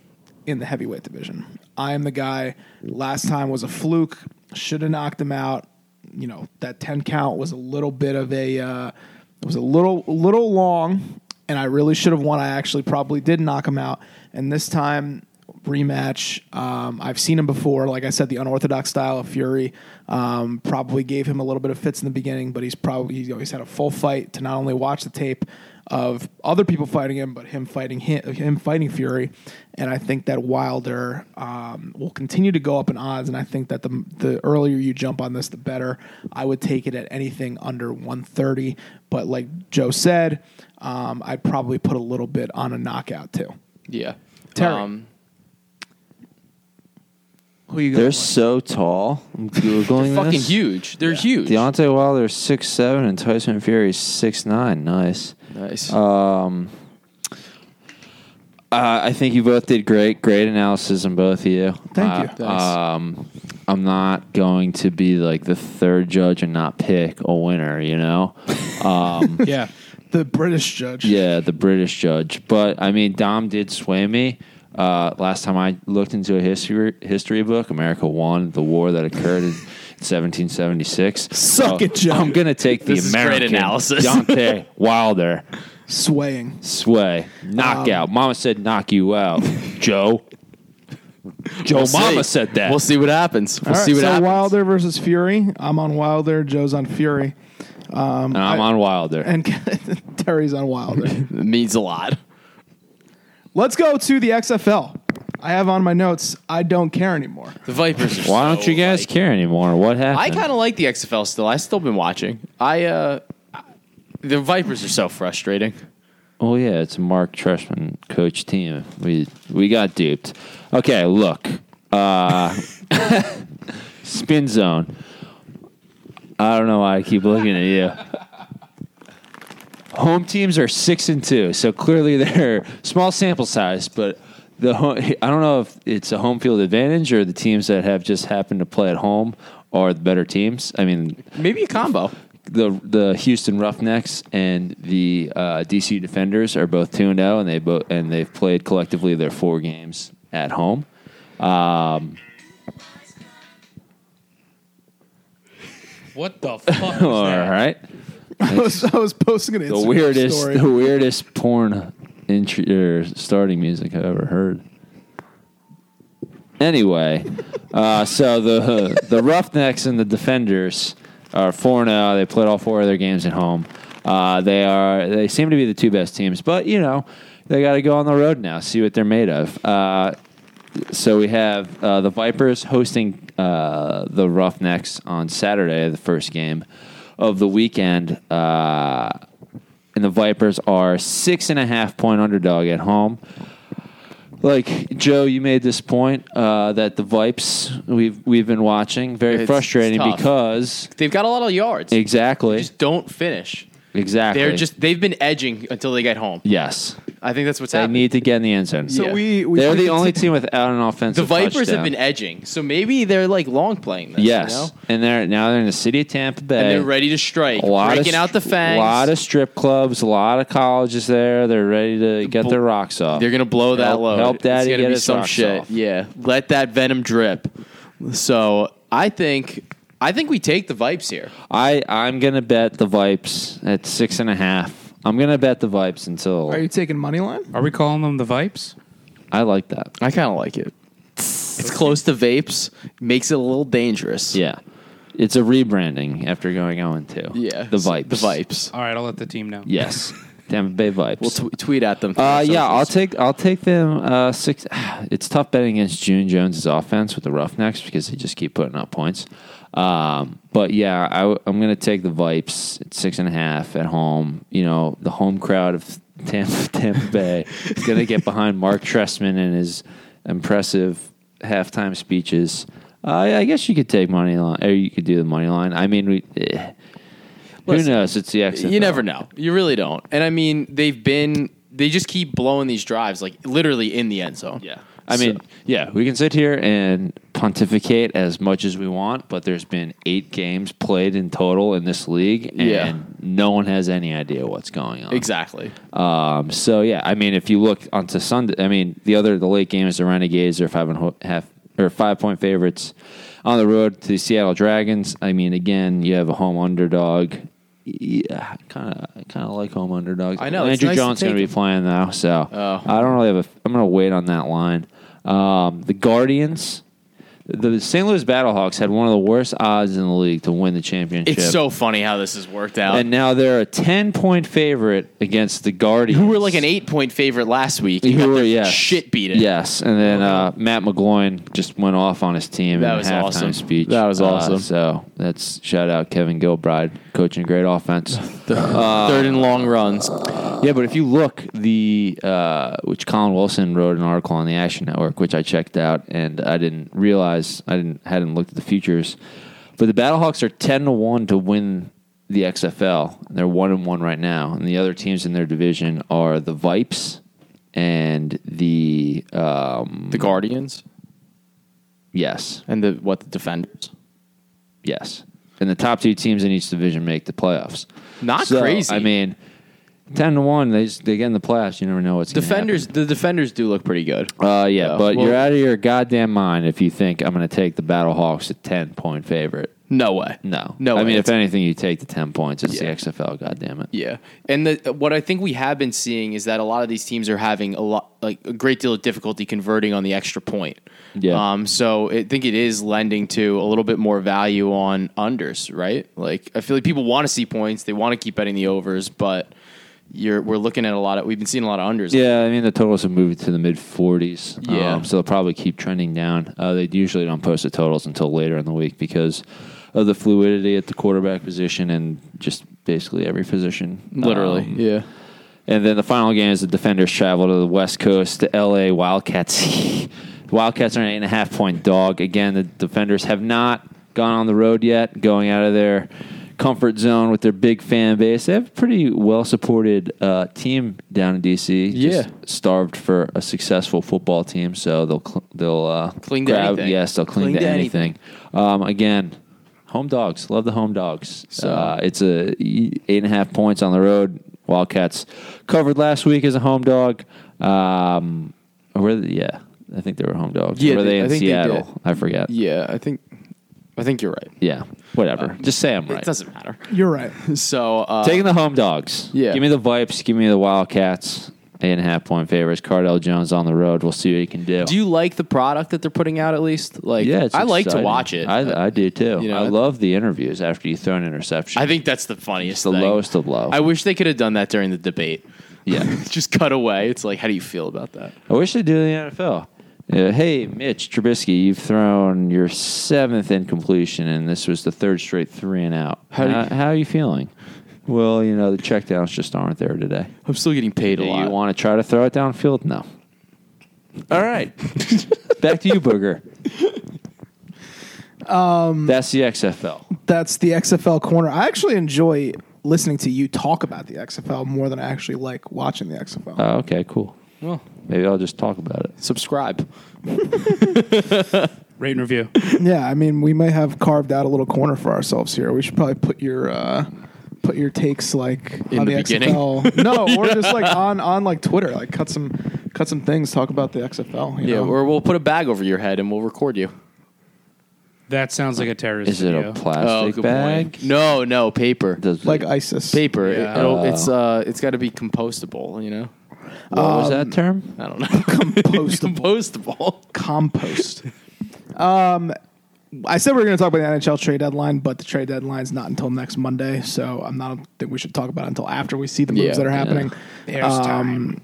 S2: in the heavyweight division. I am the guy. Last time was a fluke. Should have knocked him out. You know that ten count was a little bit of a uh, it was a little little long, and I really should have won. I actually probably did knock him out. And this time rematch, um, I've seen him before. Like I said, the unorthodox style of Fury um, probably gave him a little bit of fits in the beginning, but he's probably he's always had a full fight to not only watch the tape of other people fighting him, but him fighting him, him fighting Fury. And I think that Wilder um, will continue to go up in odds. And I think that the the earlier you jump on this, the better. I would take it at anything under 130. But like Joe said, um, I'd probably put a little bit on a knockout too.
S3: Yeah. Um,
S2: Terry. Who you
S1: They're so tall. I'm Googling
S3: fucking
S1: this.
S3: huge. They're huge.
S1: Deontay Wilder is six seven and Tyson Fury is six nine. Nice.
S3: nice.
S1: Uh, I think you both did great. Great analysis on both of you.
S2: Thank
S1: Uh,
S2: you.
S3: Thanks.
S1: Um, I'm not going to be like the third judge and not pick a winner. You know.
S4: Yeah.
S2: the British judge.
S1: Yeah, the British judge. But I mean, Dom did sway me. Uh, last time I looked into a history history book, America won the war that occurred in 1776.
S2: Suck it, Joe.
S1: I'm gonna take the
S3: This is great
S1: American
S3: analysis.
S1: Deontay Wilder
S2: Swaying.
S1: sway
S3: Um,
S1: knockout. Mama said knock you out, Joe. Joe,
S3: We'll
S1: Mama
S3: see.
S1: said that.
S3: We'll see what happens. We'll
S2: All right,
S3: see what
S2: so
S3: happens.
S2: Wilder versus Fury. I'm on Wilder. Joe's on Fury,
S1: and I'm on Wilder.
S2: and Terry's on Wilder.
S3: It means a lot.
S2: Let's go to the XFL. I have on my notes. I don't care anymore.
S3: The Vipers. Are
S1: Why don't
S3: so,
S1: you guys
S3: like-
S1: care anymore? What happened?
S3: I kind of like the XFL still. I still been watching. I uh, the Vipers are so frustrating.
S1: Oh yeah, it's a Mark Treshman coach team. We we got duped. Okay, look. Uh spin zone. I don't know why I keep looking at you. Home teams are six and two, so clearly they're small sample size, but the ho- I don't know if it's a home field advantage or the teams that have just happened to play at home are the better teams. I mean,
S3: Maybe a combo.
S1: the the Houston Roughnecks and the uh, DC Defenders are both two and zero, and they both and they've played collectively their four games at home. Um,
S4: What the fuck? Was
S1: All
S4: that?
S1: right,
S2: I was, I was posting an
S1: the
S2: Instagram
S1: weirdest
S2: story.
S1: the weirdest porn intro or starting music I've ever heard. Anyway, uh, so the the Roughnecks and the Defenders are four and zero. They played all four of their games at home. Uh, they are they seem to be the two best teams, but you know they got to go on the road now, see what they're made of. Uh, so we have uh, the Vipers hosting uh, the Roughnecks on Saturday, the first game of the weekend. Uh, and the Vipers are six and a half point underdog at home. Like Joe, you made this point uh, that the Vipes we've we've been watching very
S3: It's- it's
S1: frustrating
S3: tough.
S1: because
S3: They've got a lot of yards.
S1: exactly
S3: Just don't finish.
S1: exactly
S3: They're just they've been edging until they get home.
S1: yes
S3: I think that's what's
S1: they
S3: happening.
S1: need to get in the end zone.
S2: So
S3: Yeah.
S2: we, we
S1: They're the
S2: predicted-
S1: only team without an
S3: the
S1: offensive.
S3: Vipers have
S1: touchdown.
S3: been edging, so maybe they're like long playing this. you
S1: yes,
S3: know?
S1: and they're now they're in the city of Tampa Bay.
S3: and they're ready to strike,
S1: A lot
S3: breaking
S1: of,
S3: out the fangs.
S1: A lot of strip clubs, a lot of colleges there. They're ready to get their rocks off.
S3: They're gonna blow that
S1: Help-
S3: load.
S1: help daddy
S3: it's gonna
S1: get
S3: be
S1: his
S3: some
S1: rocks
S3: shit.
S1: off.
S3: Yeah, let that venom drip. So I think I think we take the vipes here.
S1: I I'm gonna bet the Vipes at six and a half. I'm gonna bet the Vipes until
S2: Are you taking money line?
S4: Are we calling them the Vipes?
S1: I like that.
S3: I kind of like it. It's close to vapes, makes it a little dangerous.
S1: Yeah, it's a rebranding after going on two.
S3: yeah.
S1: the Vipes.
S3: the vipes.
S4: All right, I'll let the team know.
S1: Yes, Tampa Bay Vipes.
S3: We'll tw- tweet at them. through
S1: uh,
S3: the
S1: yeah, I'll
S3: socials.
S1: take I'll take them uh, six. It's tough betting against June Jones' offense with the Roughnecks because they just keep putting up points. Um, but yeah, I, am going to take the Vipes at six and a half at home. You know, the home crowd of Tampa, Tampa Bay is going to get behind Mark Tressman and his impressive halftime speeches. Uh, yeah, I guess you could take money line, or you could do the money line. I mean, we. Eh.
S3: Listen,
S1: Who knows? It's the exit.
S3: You never know. You really don't. And I mean, they've been they just keep blowing these drives like literally in the end zone.
S1: Yeah. I mean, yeah, we can sit here and pontificate as much as we want, but there's been eight games played in total in this league, and
S3: Yeah.
S1: no one has any idea what's going
S3: uh,
S1: on.
S3: exactly.
S1: Um, so yeah, I mean, if you look onto Sunday, I mean, the other the late game is the Renegades are five and ho- half or five point favorites on the road to the Seattle Dragons. I mean, again, you have a home underdog. Yeah, kind of, kind of like home underdogs.
S3: I know, it's
S1: Andrew
S3: nice to
S1: Johnson
S3: take
S1: going to be playing now, so
S3: Oh.
S1: I don't really have a. I'm going to wait on that line. Um, the Guardians. The St. Louis Battlehawks had one of the worst odds in the league to win the championship.
S3: It's so funny how this has worked out.
S1: and now they're a ten point favorite against the Guardians,
S3: who were like an eight point favorite last week. and
S1: Who
S3: got
S1: were-
S3: their
S1: yes.
S3: shit beaten.
S1: Yes, and then uh, Matt McGloin just went off on his team
S3: That
S1: in
S3: was
S1: a halftime
S3: awesome.
S1: speech.
S3: That was
S1: Uh,
S3: awesome.
S1: so that's shout out Kevin Gilbride coaching great offense.
S3: Third and long runs.
S1: yeah, but if you look, the uh, which Colin Wilson wrote an article on the Action Network, which I checked out, and I didn't realize I didn't hadn't looked at the futures, but the Battlehawks are ten to one to win the XFL. They're one and one right now, and the other teams in their division are the Vipes and the um,
S3: The Guardians
S1: yes,
S3: and the what the defenders.
S1: Yes. And the top two teams in each division make the playoffs.
S3: Not
S1: So,
S3: crazy.
S1: I mean, ten to one, they just, they get in the playoffs. You never know what's gonna
S3: Defenders the defenders do look pretty good.
S1: happen. Uh, yeah,
S3: Yeah,
S1: but
S3: well-
S1: you're out of your goddamn mind if you think I'm going to take the Battlehawks at ten point favorite.
S3: No way.
S1: No,
S3: No
S1: I
S3: way.
S1: mean, if
S3: It's-
S1: anything, you take the ten points. It's
S3: Yeah.
S1: the XFL. Goddamn it.
S3: Yeah, and the, what I think we have been seeing is that a lot of these teams are having a lot, like a great deal of difficulty converting on the extra point.
S1: Yeah.
S3: Um. So I think it is lending to a little bit more value on unders, right? Like I feel like people want to see points, they want to keep betting the overs, but you're we're looking at a lot of we've been seeing a lot of unders.
S1: Yeah, I mean the totals have moved to the mid 40s.
S3: Yeah.
S1: so they'll probably keep trending down. Uh, they usually don't post the totals until later in the week because of the fluidity at the quarterback position and just basically every position.
S3: literally.
S1: Um,
S3: yeah.
S1: And then the final game is the defenders travel to the West Coast, the LA Wildcats. Wildcats are an eight and a half point dog. Again, the defenders have not gone on the road yet, going out of their comfort zone with their big fan base. They have a pretty well supported uh, team down in DC.
S3: Yeah.
S1: starved for a successful football team, so they'll cl- they'll uh,
S3: Cling to anything.
S1: Yes, they'll cling, to, anything. Um, again, home dogs love the home dogs.
S3: So-
S1: Uh, it's a eight and a half points on the road. Wildcats covered last week as a home dog. Um, were they, yeah, I think they were home dogs.
S3: Yeah,
S1: were
S3: they-
S1: they
S3: I
S1: in
S3: think they
S1: Seattle?
S3: did.
S1: I forget. Yeah,
S3: Yeah, I think I think you're right.
S1: whatever. Just say I'm
S3: It
S1: right.
S3: doesn't matter.
S2: You're right.
S3: So uh,
S1: Taking the home dogs.
S3: Yeah.
S1: give me the Vipes. Give me the Wildcats. Eight and a half point favorites. Cardell Jones on the road. We'll see what he can do.
S3: do you like the product that they're putting out at least? Like
S1: yeah, it's
S3: I like to
S1: exciting.
S3: watch it.
S1: I, I do too.
S3: You know,
S1: I
S3: it-
S1: love the interviews after you throw an interception.
S3: I think that's the funniest
S1: it's the
S3: thing.
S1: lowest of low.
S3: I wish they could have done that during the debate.
S1: yeah.
S3: Just cut away. It's like, how do you feel about that?
S1: I wish they'd do it in the NFL. Yeah, Uh, hey, Mitch Trubisky, you've thrown your seventh incompletion, and this was the third straight three and out. How,
S3: do you-
S1: how are you feeling? Well, you know, the checkdowns just aren't there today.
S3: I'm still getting paid
S1: Do
S3: a lot.
S1: you want to try to throw it downfield? No. All right. Back to you, Booger. Um, That's the XFL.
S2: That's the XFL corner. I actually enjoy listening to you talk about the XFL more than I actually like watching the XFL.
S1: Oh, okay, cool.
S4: Well,
S1: Maybe I'll just talk about it.
S3: Subscribe.
S4: rate and review.
S2: yeah, I mean, we may have carved out a little corner for ourselves here. We should probably put your uh, put your takes like
S3: In
S2: on
S3: the
S2: the,
S3: beginning?
S2: XFL. No, or just like on on like Twitter, like cut some cut some things, talk about the XFL. you
S3: Yeah,
S2: know?
S3: or we'll put a bag over your head and we'll record you.
S4: That sounds like a terrorist
S1: Is it
S4: video.
S1: a plastic bag?
S3: Oh, point. No, no, paper.
S1: Does
S2: like
S1: it,
S2: ISIS.
S3: paper. It-
S4: Yeah.
S3: it'll- it's uh, it's got to be compostable. You know,
S1: what was that term?
S3: I don't know. compostable.
S2: compost. um, I said we were going to talk about the NHL trade deadline, but the trade deadline's not until next Monday, so I'm not I don't think we should talk about it until after we see the moves
S3: Yeah,
S2: that are
S3: yeah.
S2: happening. Um,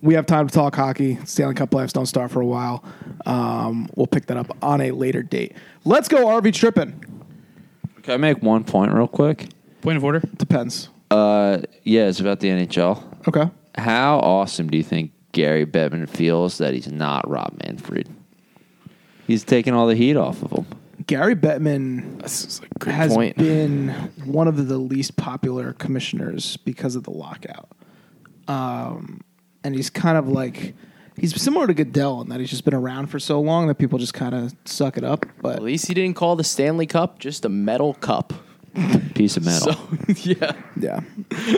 S2: We have time to talk hockey. Stanley Cup playoffs don't start for a while. Um, we'll pick that up on a later date. Let's go RV tripping.
S1: Can I make one point real quick?
S4: Point of order.
S2: Depends.
S1: Uh, yeah, it's about the NHL.
S2: Okay.
S1: How awesome do you think Gary Bettman feels that he's not Rob Manfred? He's taking all the heat off of him.
S2: Gary Bettman
S3: This is a good
S2: has
S3: point.
S2: been one of the least popular commissioners because of the lockout. Um, and he's kind of like he's similar to Goodell in that he's just been around for so long that people just kind of suck it up. But
S3: At least he didn't call the Stanley Cup just a metal cup.
S1: Piece of metal.
S3: So yeah,
S2: yeah,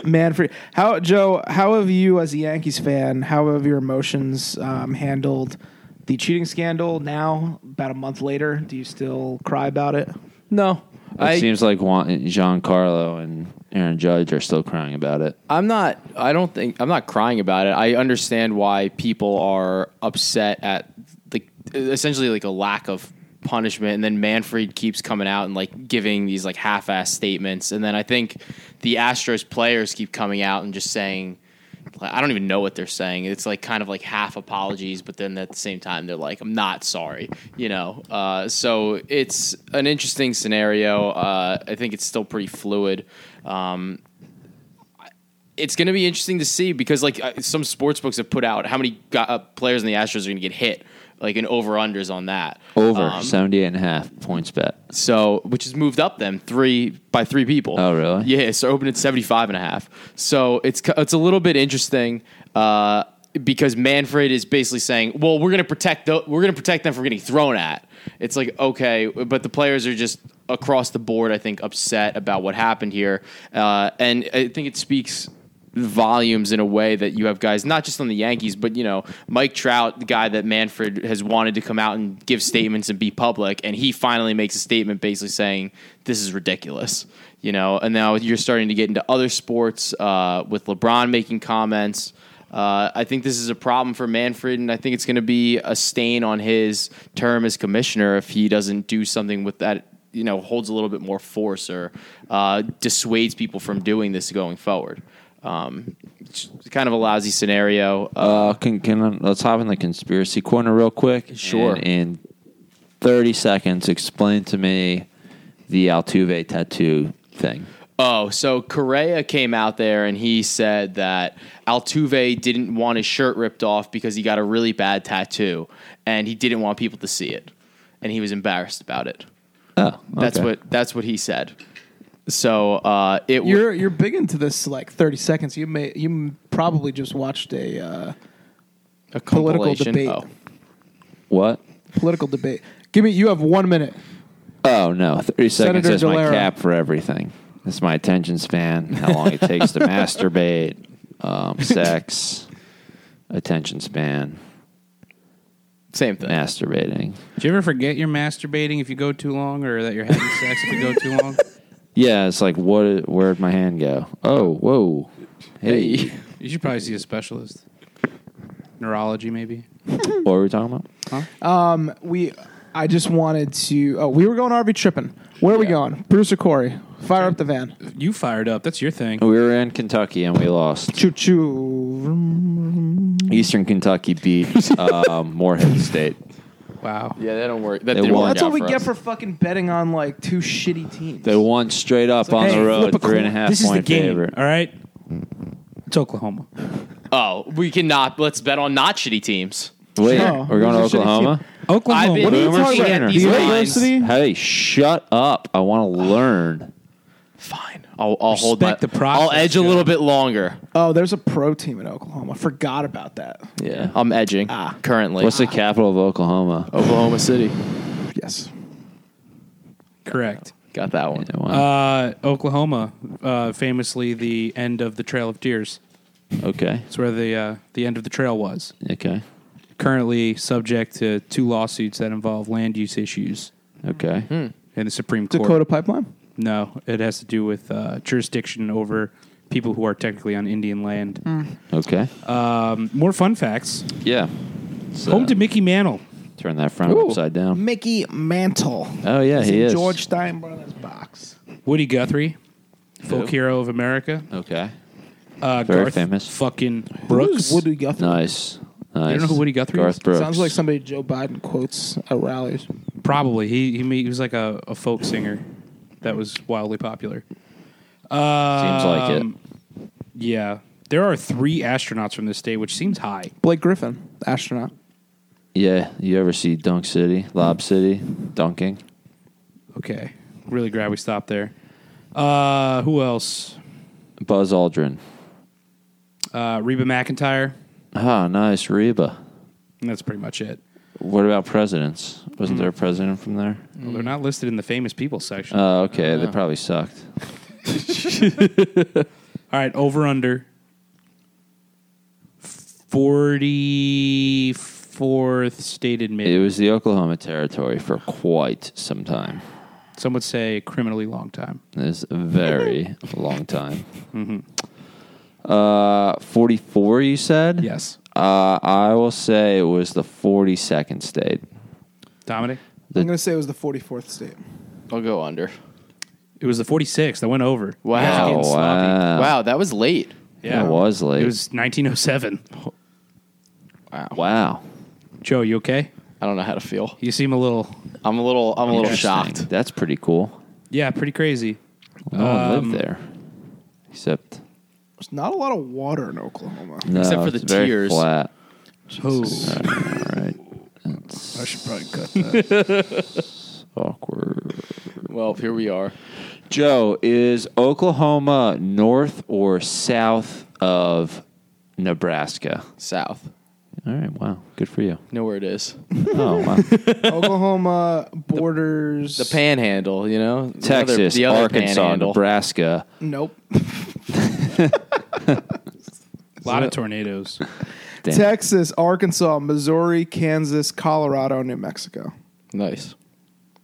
S2: Manfred, how Joe, how have you as a Yankees fan, how have your emotions um, handled the cheating scandal? Now, about a month later, do you still cry about it?
S3: no,
S1: it seems like Juan, Giancarlo and Aaron Judge are still crying about it.
S3: I'm not. I don't think I'm not crying about it. I understand why people are upset at like essentially like a lack of punishment, and then Manfred keeps coming out and like giving these like half-ass statements, and then I think the Astros players keep coming out and just saying. Like, I don't even know what they're saying. It's like kind of like half apologies, but then at the same time they're like, "I'm not sorry," you know. Uh, so it's an interesting scenario. Uh, I think it's still pretty fluid. Um, it's going to be interesting to see because like uh, some sports books have put out how many go- uh, players in the Astros are going to get hit, like an over unders on that.
S1: Over
S3: Um,
S1: seventy-eight and a half points bet.
S3: so which has moved up them three by three people.
S1: Oh, really?
S3: Yeah, so open at 75 and a half. So it's cu- it's a little bit interesting uh, because Manfred is basically saying, "Well, we're going to protect the, we're going to protect them from getting thrown at." It's like, "Okay, but the players are just across the board I think upset about what happened here." Uh, and I think it speaks volumes in a way that you have guys not just on the Yankees, but you know Mike Trout, the guy that Manfred has wanted to come out and give statements and be public, and he finally makes a statement basically saying this is ridiculous, you know. And now you're starting to get into other sports uh, with LeBron making comments. Uh, I think this is a problem for Manfred, and I think it's going to be a stain on his term as commissioner if he doesn't do something with that. You know, holds a little bit more force or uh, dissuades people from doing this going forward. Um, it's kind of a lousy scenario.
S1: Uh, can can I- let's hop in the conspiracy corner real quick.
S3: Sure.
S1: And in thirty seconds, explain to me the Altuve tattoo thing.
S3: Oh, so Correa came out there and he said that Altuve didn't want his shirt ripped off because he got a really bad tattoo and he didn't want people to see it. And he was embarrassed about it.
S1: Oh, okay.
S3: That's what that's what he said. So uh, it was
S2: You're you're big into this like 30 seconds. You may you m- probably just watched a uh,
S3: a
S2: political
S3: compilation.
S2: debate.
S3: Oh.
S1: What?
S2: political debate. Give me you have one minute.
S1: Oh no, thirty seconds
S2: Senator
S1: is my
S2: Delera.
S1: cap for everything. It's my attention span, how long it takes to masturbate, um, sex, attention span,
S3: Same thing.
S1: masturbating.
S4: Do you ever forget you're masturbating if you go too long, or that you're having sex if you go too long?
S1: Yeah, it's like what? Where'd my hand go? Oh, whoa, hey,
S4: You should probably see a specialist. Neurology, maybe.
S1: what were we talking about?
S2: We I just wanted to oh we were going RV tripping. Where are we going? Bruce or Corey? Fire up the van.
S4: You fired up. That's your thing.
S1: We were in Kentucky and we lost.
S2: Choo choo.
S1: Eastern Kentucky beat um, Morehead State.
S4: Wow.
S3: Yeah, that don't work. That
S1: It
S3: didn't
S1: won't.
S3: work
S2: That's
S3: out
S2: what we
S3: for
S2: get
S3: us.
S2: for fucking betting on like two shitty teams.
S1: They won straight up on
S2: hey,
S1: the road,
S2: flip a
S1: three and a half
S4: This is the
S1: point
S4: game.
S1: favorite.
S4: All right. It's Oklahoma.
S3: Oh, we cannot. Let's bet on not shitty teams.
S1: Wait,
S2: Sure.
S1: we're going to
S2: Who's your shitty
S1: Oklahoma.
S3: I've
S4: Oklahoma.
S3: been
S4: What are you
S1: Boomer
S3: looking
S2: talking
S3: at
S1: Sooner.
S3: these
S1: The
S3: lines.
S2: university?
S1: Hey, shut up! I want to learn.
S3: Fine, I'll, I'll hold my.
S4: Respect the process,
S3: I'll edge a
S4: Joe.
S3: little bit longer.
S2: Oh, there's a pro team in Oklahoma. Forgot about that.
S1: Yeah.
S3: I'm edging
S2: Ah.
S3: currently.
S1: What's the capital of Oklahoma?
S3: Oklahoma City?
S2: Yes.
S4: Correct.
S3: Got that one.
S1: Yeah, wow.
S4: Uh, Oklahoma, uh, famously the end of the Trail of Tears.
S1: okay.
S4: It's where the uh, the end of the trail was.
S1: Okay.
S4: Currently subject to two lawsuits that involve land use issues
S1: Okay.
S4: in the Supreme Court.
S2: Dakota Pipeline.
S4: No, it has to do with uh, jurisdiction over people who are technically on Indian land.
S2: Mm.
S1: Okay.
S4: More fun facts.
S1: yeah. So,
S4: Home to Mickey Mantle.
S1: turn that front upside down.
S2: Mickey Mantle.
S1: Oh yeah,
S2: He's
S1: he
S2: in
S1: is.
S2: George Steinbrenner's box.
S4: Woody Guthrie, folk hero of America.
S1: Okay.
S4: Uh,
S1: Very
S4: Garth
S1: famous.
S4: Fucking Brooks.
S2: Who's Woody Guthrie?
S1: Nice. Nice.
S4: know who Woody Guthrie
S1: Garth
S4: is?
S1: Brooks.
S2: Sounds like somebody Joe Biden quotes at rallies.
S4: Probably he he, made, he was like a, a folk singer that was wildly popular.
S1: Seems like it.
S4: Um, Yeah, there are three astronauts from this state, which seems high.
S2: Blake Griffin, astronaut.
S1: Yeah, you ever see Dunk City, Lob City, dunking?
S4: Okay, really glad we stopped there. Uh, who else?
S1: Buzz Aldrin.
S4: Uh, Reba McIntyre.
S1: Ah, nice Reba.
S4: And That's pretty much it.
S1: What about presidents? Wasn't there a president from there?
S4: Well, they're not listed in the famous people section.
S1: Oh, okay. They probably sucked.
S4: All right, over under forty fourth stated
S1: It
S4: mid.
S1: was the Oklahoma territory for quite some time.
S4: Some would say criminally long time.
S1: It was a very long time.
S3: Mm-hmm.
S1: Uh, 44, you said?
S4: Yes,
S1: Uh, I will say it was the 42nd state.
S4: Dominic.
S2: I'm going to say it was the 44th state.
S3: I'll go under.
S4: It was the 46th. I went over.
S3: Wow.
S4: Getting sloppy.
S1: Oh, wow.
S3: wow, that was late.
S1: That was late.
S4: It was 1907.
S1: wow.
S4: Joe, you okay?
S3: I don't know how to feel.
S4: You seem a little,
S3: I'm a little. I'm a little
S1: Interesting.
S3: shocked.
S1: That's pretty cool.
S4: yeah, pretty crazy.
S1: No one
S4: Um,
S1: lived there. Except,
S2: There's not a lot of water in Oklahoma.
S1: no,
S3: Except for the
S1: it's very
S3: tears.
S1: flat.
S4: Oh,
S1: All right.
S2: I should probably cut that.
S1: Awkward.
S3: Well, here we are.
S1: Joe, is Oklahoma north or south of Nebraska?
S3: South.
S1: All right. Wow. Good for you.
S3: Know where it is.
S1: Oh, wow.
S2: Oklahoma borders.
S3: The panhandle. You know. The other-
S1: Texas,
S3: the other
S1: Arkansas,
S3: panhandle.
S1: Nebraska.
S2: Nope.
S4: a lot of tornadoes.
S1: Damn.
S2: Texas, Arkansas, Missouri, Kansas, Colorado, New Mexico.
S3: Nice.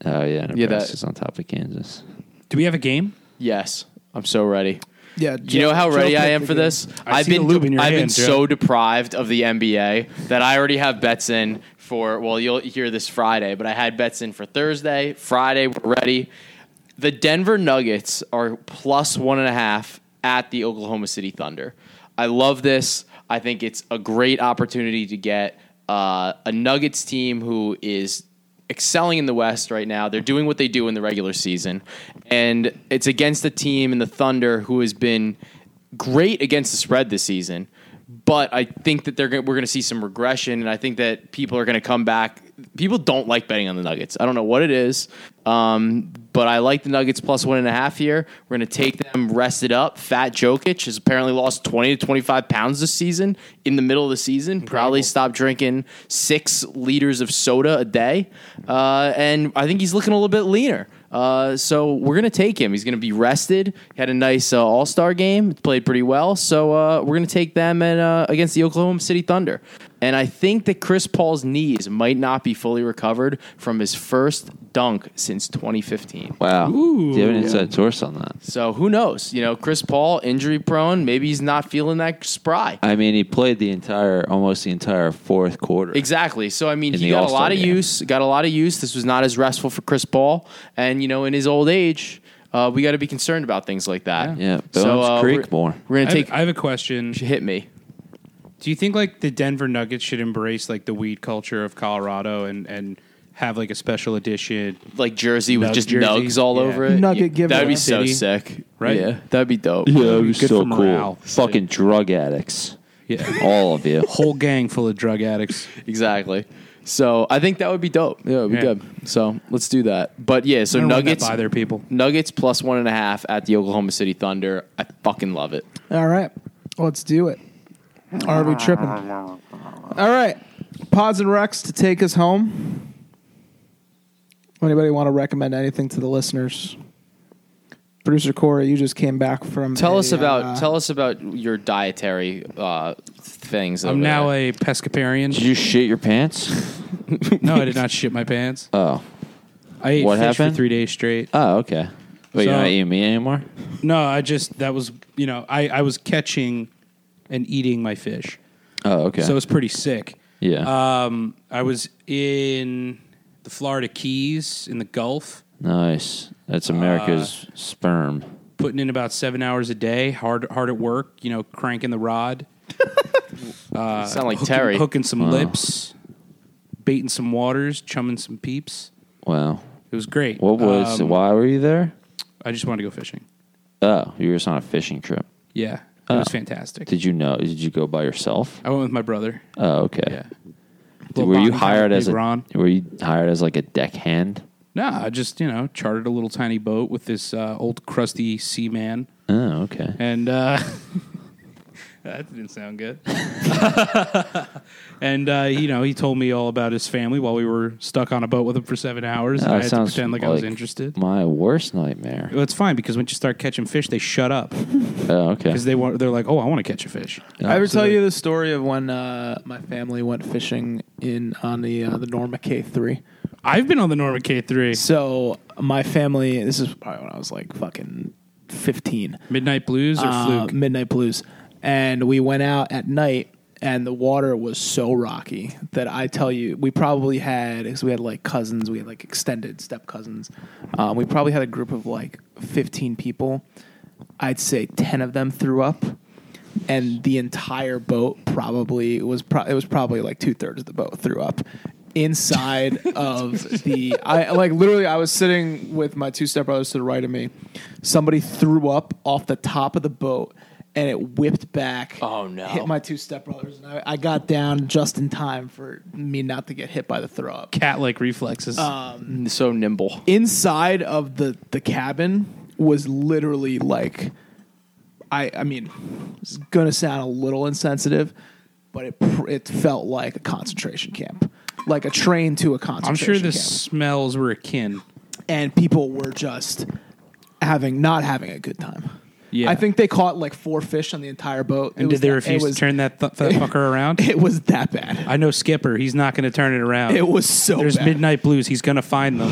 S1: Oh, yeah.
S3: Yeah, that-
S1: Nebraska's on top of Kansas.
S4: Do we have a game?
S3: Yes. I'm so ready.
S2: Yeah.
S3: You know how ready I am for this?
S4: I
S3: I've
S4: see the
S3: been
S4: lube in your
S3: I've been
S4: hand, Joe.
S3: so deprived of the NBA that I already have bets in for well, you'll hear this Friday, but I had bets in for Thursday, Friday, we're ready. The Denver Nuggets are plus one and a half at the Oklahoma City Thunder. I love this. I think it's a great opportunity to get uh, a Nuggets team who is excelling in the West right now. They're doing what they do in the regular season, and it's against a team in the Thunder who has been great against the spread this season. But I think that they're gonna, we're going to see some regression, and I think that people are going to come back. People don't like betting on the Nuggets. I don't know what it is, um, but I like the Nuggets plus one and a half here. We're going to take them rested up. Fat Jokic has apparently lost twenty to twenty five pounds this season. In the middle of the season, probably stopped drinking six liters of soda a day, uh, and I think he's looking a little bit leaner. Uh, so we're gonna take him. He's gonna be rested. He had a nice uh, All Star game. Played pretty well. So uh, we're gonna take them and uh, against the Oklahoma City Thunder. And I think that Chris Paul's knees might not be fully recovered from his first dunk since 2015.
S1: Wow. Do you have an inside source on that?
S3: So who knows? You know, Chris Paul injury prone. Maybe he's not feeling that spry.
S1: I mean, he played the entire, almost the entire fourth quarter.
S3: Exactly. So I mean,
S1: In
S3: he
S1: the
S3: got a
S1: All-Star
S3: lot of
S1: game.
S3: use. Got a lot of use. This was not as restful for Chris Paul, and you know, in his old age, uh, we got to be concerned about things like that. uh,
S1: Yeah. Bones Creek
S3: we're,
S1: more.
S3: We're gonna
S4: I
S3: take.
S4: have, I have a question.
S3: hit me.
S4: Do you think like the Denver Nuggets should embrace like the weed culture of Colorado and and have like a special edition?
S3: Like jersey with
S4: Nug
S3: just
S4: jersey.
S3: nugs all
S4: Yeah.
S3: over it.
S2: Nugget
S3: Yeah,
S2: giveaway.
S3: That'd be so
S4: City.
S3: sick,
S4: Right?
S3: Yeah, that'd be dope.
S1: Yeah, it
S4: be
S1: was
S4: good
S1: so
S4: for morale.
S1: cool. Fucking drug addicts.
S4: Yeah,
S1: All of you.
S4: whole gang full of drug addicts.
S3: Exactly. So I think that would be dope. Yeah, it'd be
S4: Yeah.
S3: good. So let's do that. But yeah, so Nuggets
S4: by their people.
S3: Nuggets plus one and a half at the Oklahoma City Thunder. I fucking love it.
S2: All right, let's do it. Are we tripping? All right, pods and recs to take us home. Anybody want to recommend anything to the listeners? Producer Corey, you just came back from.
S3: Tell us
S2: a,
S3: about
S2: uh,
S3: tell us about your dietary uh, things.
S4: I'm
S3: over
S4: now
S3: there.
S4: a pescatarian.
S1: Did you shit your pants?
S4: no, I did not shit my pants.
S1: Oh.
S4: I ate
S1: What
S4: fish
S1: happened?
S4: for three days straight.
S1: Oh, okay. Wait, you're
S4: So-
S1: not eating meat anymore?
S4: No, I just that was you know I I was catching and eating my fish,
S1: Oh, okay.
S4: so it was pretty sick.
S1: yeah.
S4: Um, I was in the Florida Keys in the Gulf,
S1: nice. That's America's sperm.
S4: putting in about seven hours a day, hard hard at work. You know, cranking the rod,
S3: You sound like
S4: hooking,
S3: Terry.
S4: hooking some lips, baiting some waters, chumming some peeps.
S1: Wow.
S4: It was great.
S1: What was?
S4: Um,
S1: why were you there?
S4: I just wanted to go fishing.
S1: Oh, you were just on a fishing trip.
S4: Yeah, it was fantastic.
S1: Uh, Did you know? Did you go by yourself?
S3: Uh,
S4: I went with my brother.
S1: Oh, okay.
S4: Yeah.
S1: Did- were you
S4: Little
S1: hired
S4: Big
S1: as a?
S4: Ron?
S1: Were you hired as like a deckhand?
S4: No, I just you know chartered a little tiny boat with this uh, old crusty seaman,
S1: Oh, okay.
S4: and uh, that didn't sound good. and uh, you know he told me all about his family while we were stuck on a boat with him for seven hours.
S1: Oh,
S4: and I
S1: that
S4: had to
S1: sounds
S4: pretend like, I was interested.
S1: My worst nightmare.
S4: Well, it's fine because once you start catching fish, they shut up
S1: Oh, okay.
S4: because they want. They're like, "Oh, I want to catch a fish."
S2: I ever tell you the story of when uh, my family went fishing in on the uh, the Norma K three?
S4: I've been on the Norma K three
S2: So my family, this is probably when I was like fucking fifteen.
S4: Midnight Blues or
S2: uh,
S4: Fluke.
S2: Midnight Blues. And we went out at night, and the water was so rocky that I tell you, we probably had, because we had like cousins, we had like extended step cousins. Um, we probably had a group of like 15 people. I'd say 10 of them threw up. And the entire boat probably was pro- it was probably like two thirds of the boat threw up inside of the I like literally I was sitting with my two stepbrothers to the right of me. Somebody threw up off the top of the boat and it whipped back.
S3: Oh, no.
S2: Hit my two stepbrothers and I, I got down just in time for me not to get hit by the throw up.
S4: Cat like reflexes.
S2: Uh,
S3: so nimble.
S2: Inside of the the cabin was literally like I I mean it's gonna sound a little insensitive, but it pr- it felt like a concentration camp. Like a train to a concentration
S4: I'm sure the
S2: camp.
S4: smells were akin.
S2: and people were just having not having a good time.
S4: Yeah.
S2: I think they caught like four fish on the entire boat. It
S4: And
S2: was
S4: did they
S2: that-
S4: refuse
S2: it was,
S4: to turn that, th- that fucker around?
S2: It was that bad.
S4: I know Skipper. He's not going to turn it around.
S2: It was so
S4: There's
S2: bad. Um,
S4: midnight blues. He's going to find them,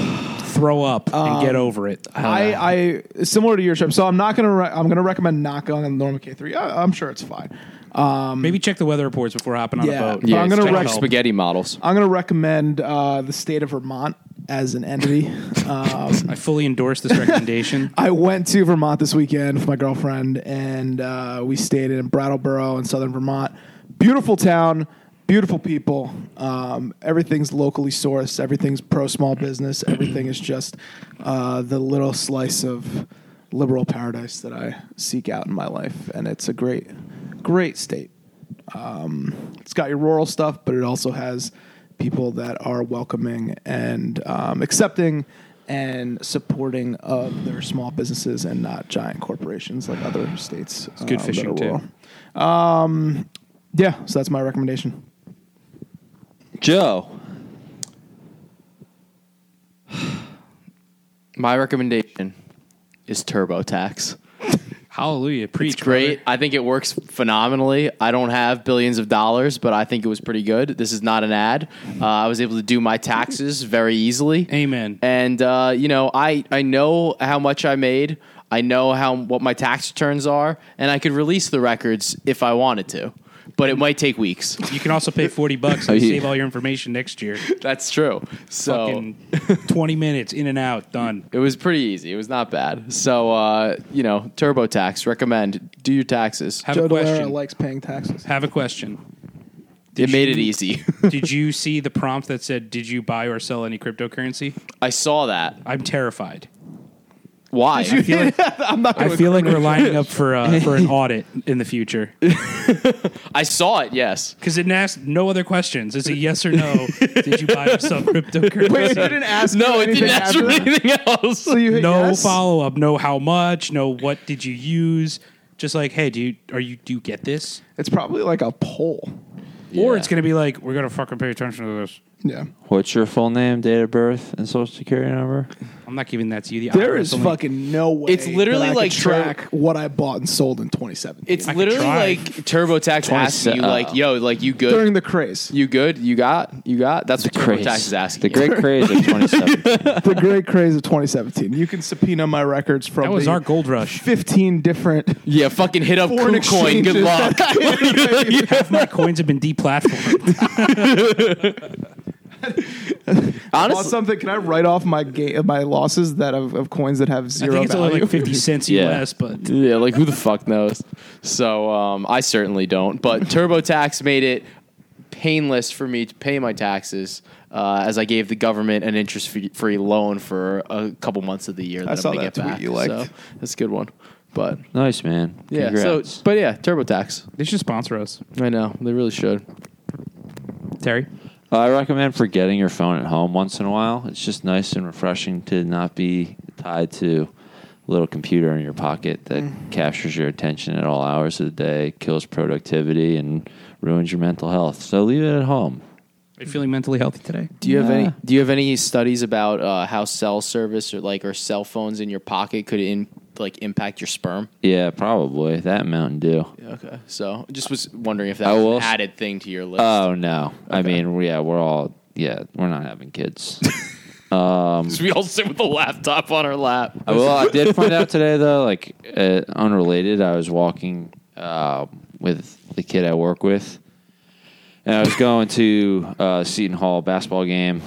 S4: throw up, and get over it. Uh,
S2: I, I similar to your trip, so I'm not gonna. Re- I'm gonna recommend not going on the Norma K3. I, I'm sure it's fine.
S4: maybe check the weather reports before hopping on
S2: um, Yeah.
S4: a boat.
S2: Yeah, I'm
S3: it's
S2: gonna
S3: kinda
S2: rec-
S3: like spaghetti models.
S2: I'm gonna recommend uh, the state of Vermont as an entity. Um,
S4: I fully endorse this recommendation.
S2: I went to Vermont this weekend with my girlfriend, and uh, we stayed in Brattleboro in southern Vermont. Beautiful town, beautiful people. Um, everything's locally sourced. Everything's pro small business. Everything is just uh, the little slice of liberal paradise that I seek out in my life, and it's a great, great state. It's got your rural stuff, but it also has people that are welcoming and um, accepting and supporting of their small businesses and not giant corporations like other states. It's
S4: good fishing, too.
S2: Um, yeah, so that's my recommendation.
S1: Joe.
S3: My recommendation is TurboTax.
S4: Hallelujah. Preach.
S3: It's great. I think it works phenomenally. I don't have billions of dollars, but I think it was pretty good. This is not an ad. Uh, I was able to do my taxes very easily.
S4: Amen.
S3: And uh, you know, I I know how much I made. I know how what my tax returns are, and I could release the records if I wanted to, but it might take weeks.
S4: You can also pay 40 bucks and
S1: Oh, yeah.
S4: save all your information next year.
S3: That's true. So
S4: Fucking 20 minutes in and out, done.
S3: It was pretty easy. It was not bad. So uh, you know, TurboTax recommend do your taxes.
S4: Have
S2: Joe
S4: a question.
S2: Delara likes paying taxes.
S4: Have a question.
S3: it made it easy.
S4: Did you see the prompt that said, Did you buy or sell any cryptocurrency?
S3: I saw that.
S4: I'm terrified.
S3: Why?
S4: I feel like we're lining up for uh, for an audit in the future
S3: I saw it. Yes.
S4: because it asks no other questions. It's a yes or no. Did you buy or sell cryptocurrency?
S2: ask.
S3: No, it didn't ask for anything else.
S2: So you hit
S4: no
S2: yes?
S4: follow up. No how much. No what did you use? Just like, hey, do you are you do you get this?
S2: It's probably like a poll.
S4: Or it's gonna be like, we're gonna fucking pay attention to this.
S2: Yeah.
S1: What's your full name, date of birth, and social security number?
S4: I'm not giving that to you. The
S2: There is
S4: algorithm's only-
S2: fucking no way.
S3: It's literally
S2: that I could
S3: like Tur-
S2: track what I bought and sold in 2017.
S3: It's
S4: I could
S3: literally
S4: try.
S3: like TurboTax asking you,
S1: uh,
S3: like, "Yo, like you good?
S2: during the craze.
S3: you good? You got? You got?" That's what
S1: Craze.
S3: TurboTax is asking.
S1: The
S3: you.
S1: great craze of 27.
S2: the great craze of 2017. You can subpoena my records from
S4: That was
S2: the
S4: our gold rush.
S2: 15 different.
S3: yeah, fucking hit up
S2: Foreign
S3: KuCoin. Good
S2: exchanges.
S3: luck.
S4: Half my coins have been deplatformed.
S2: Lost
S3: Honestly,
S2: something. Can I write off my ga- my losses that of, of coins that have
S4: I
S2: zero
S4: think it's
S2: value?
S4: only like 50 cents
S3: Yeah.
S4: US, but
S3: yeah, like who the fuck knows? So um, I certainly don't. But TurboTax made it painless for me to pay my taxes. Uh, as I gave the government an interest-free loan for a couple months of the year that I am
S2: saw
S3: gonna
S2: that
S3: get
S2: tweet
S3: back,
S2: you liked.
S3: so that's a good one. But
S1: nice, man.
S3: yeah,
S1: Congrats.
S3: so but yeah, TurboTax.
S4: they should sponsor us.
S3: I know they really should.
S4: Terry?
S1: I recommend forgetting your phone at home once in a while. It's just nice and refreshing to not be tied to a little computer in your pocket that captures your attention at all hours of the day, kills productivity, and ruins your mental health. So leave it at home.
S4: Are you feeling mentally healthy today?
S3: Do you have
S1: Yeah.
S3: any? Do you have any studies about uh, how cell service or like or cell phones in your pocket could in like impact your sperm?
S1: Yeah, probably. That and Mountain Dew.
S3: Okay, so just was wondering if that
S1: I
S3: was
S1: will
S3: an
S1: s-
S3: added thing to your list.
S1: Oh, no. I mean, yeah, we're all, yeah, we're not having kids.
S3: 'Cause we all sit with the laptop on our lap.
S1: I- Uh, well, I did find out today though, like uh, unrelated. I was walking uh, with the kid I work with, and I was going to uh, Seton Hall basketball game,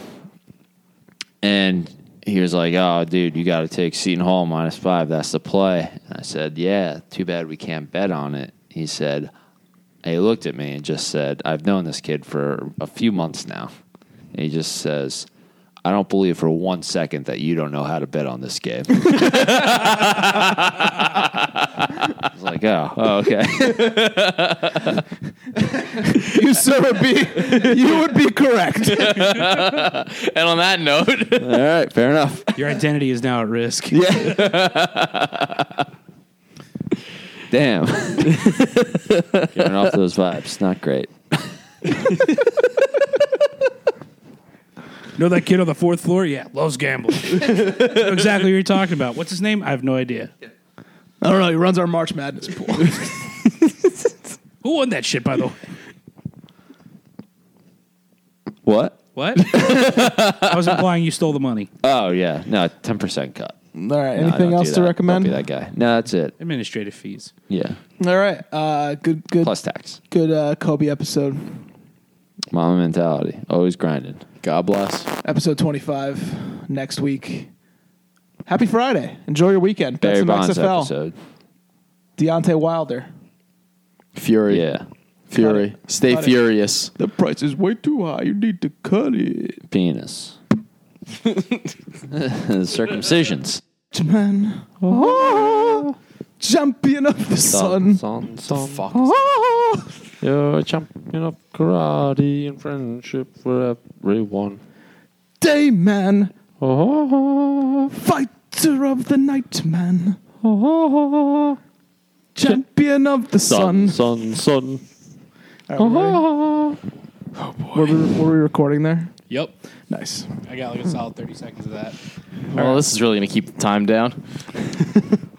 S1: and he was like, "Oh, dude, you got to take Seton Hall minus five. That's the play." And I said, "Yeah, too bad we can't bet on it." He said, and he looked at me and just said, I've known this kid for a few months now. And he just says, I don't believe for one second that you don't know how to bet on this game. I was like, oh, oh, okay.
S2: you sir would be you would be correct.
S3: And on that note,
S1: All right, fair enough.
S4: Your identity is now at risk.
S1: Damn. Giving off those vibes. Not great.
S4: Know that kid on the fourth floor? Yeah, loves gambling. Know exactly what you're talking about. What's his name? I have no idea.
S2: I don't know. He runs our March Madness pool.
S4: Who won that shit, by the way?
S1: What?
S4: What? I was implying you stole the money.
S1: Oh, yeah. No, 10% cut.
S2: All right.
S1: No,
S2: Anything
S1: don't
S2: else
S1: do
S2: to
S1: that.
S2: recommend?
S1: Don't be that guy. No, that's it.
S4: Administrative fees.
S1: Yeah.
S2: All right. Uh, good. Good.
S1: Plus tax.
S2: Good. Uh, Kobe episode.
S1: Mama mentality. Always grinding. God bless.
S2: Episode 25 next week. Happy Friday. Enjoy your weekend.
S1: Barry
S2: That's
S1: Bonds
S2: XFL.
S1: episode.
S2: Deontay Wilder.
S3: Fury.
S1: Yeah.
S3: Fury. Stay
S2: Got it.
S3: furious.
S2: The price is way too high. You need to cut it.
S1: Penis. Circumcisions.
S2: Man.
S1: Oh.
S2: Champion of the sun.
S1: Son,
S2: Um,
S1: son,
S3: Fuck.
S2: Ah.
S1: You're a champion of karate and friendship for everyone.
S2: Day man.
S1: Oh,
S2: Fighter of the night man.
S1: oh,
S2: Champion of the sun.
S1: son, son.
S2: All right, we're ready.
S1: Oh.
S2: were, we, were we recording there?
S4: Yep.
S2: Nice.
S4: I got like a solid 30 seconds of that.
S3: Well, this is really going to keep the time down.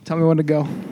S2: Tell me when to go.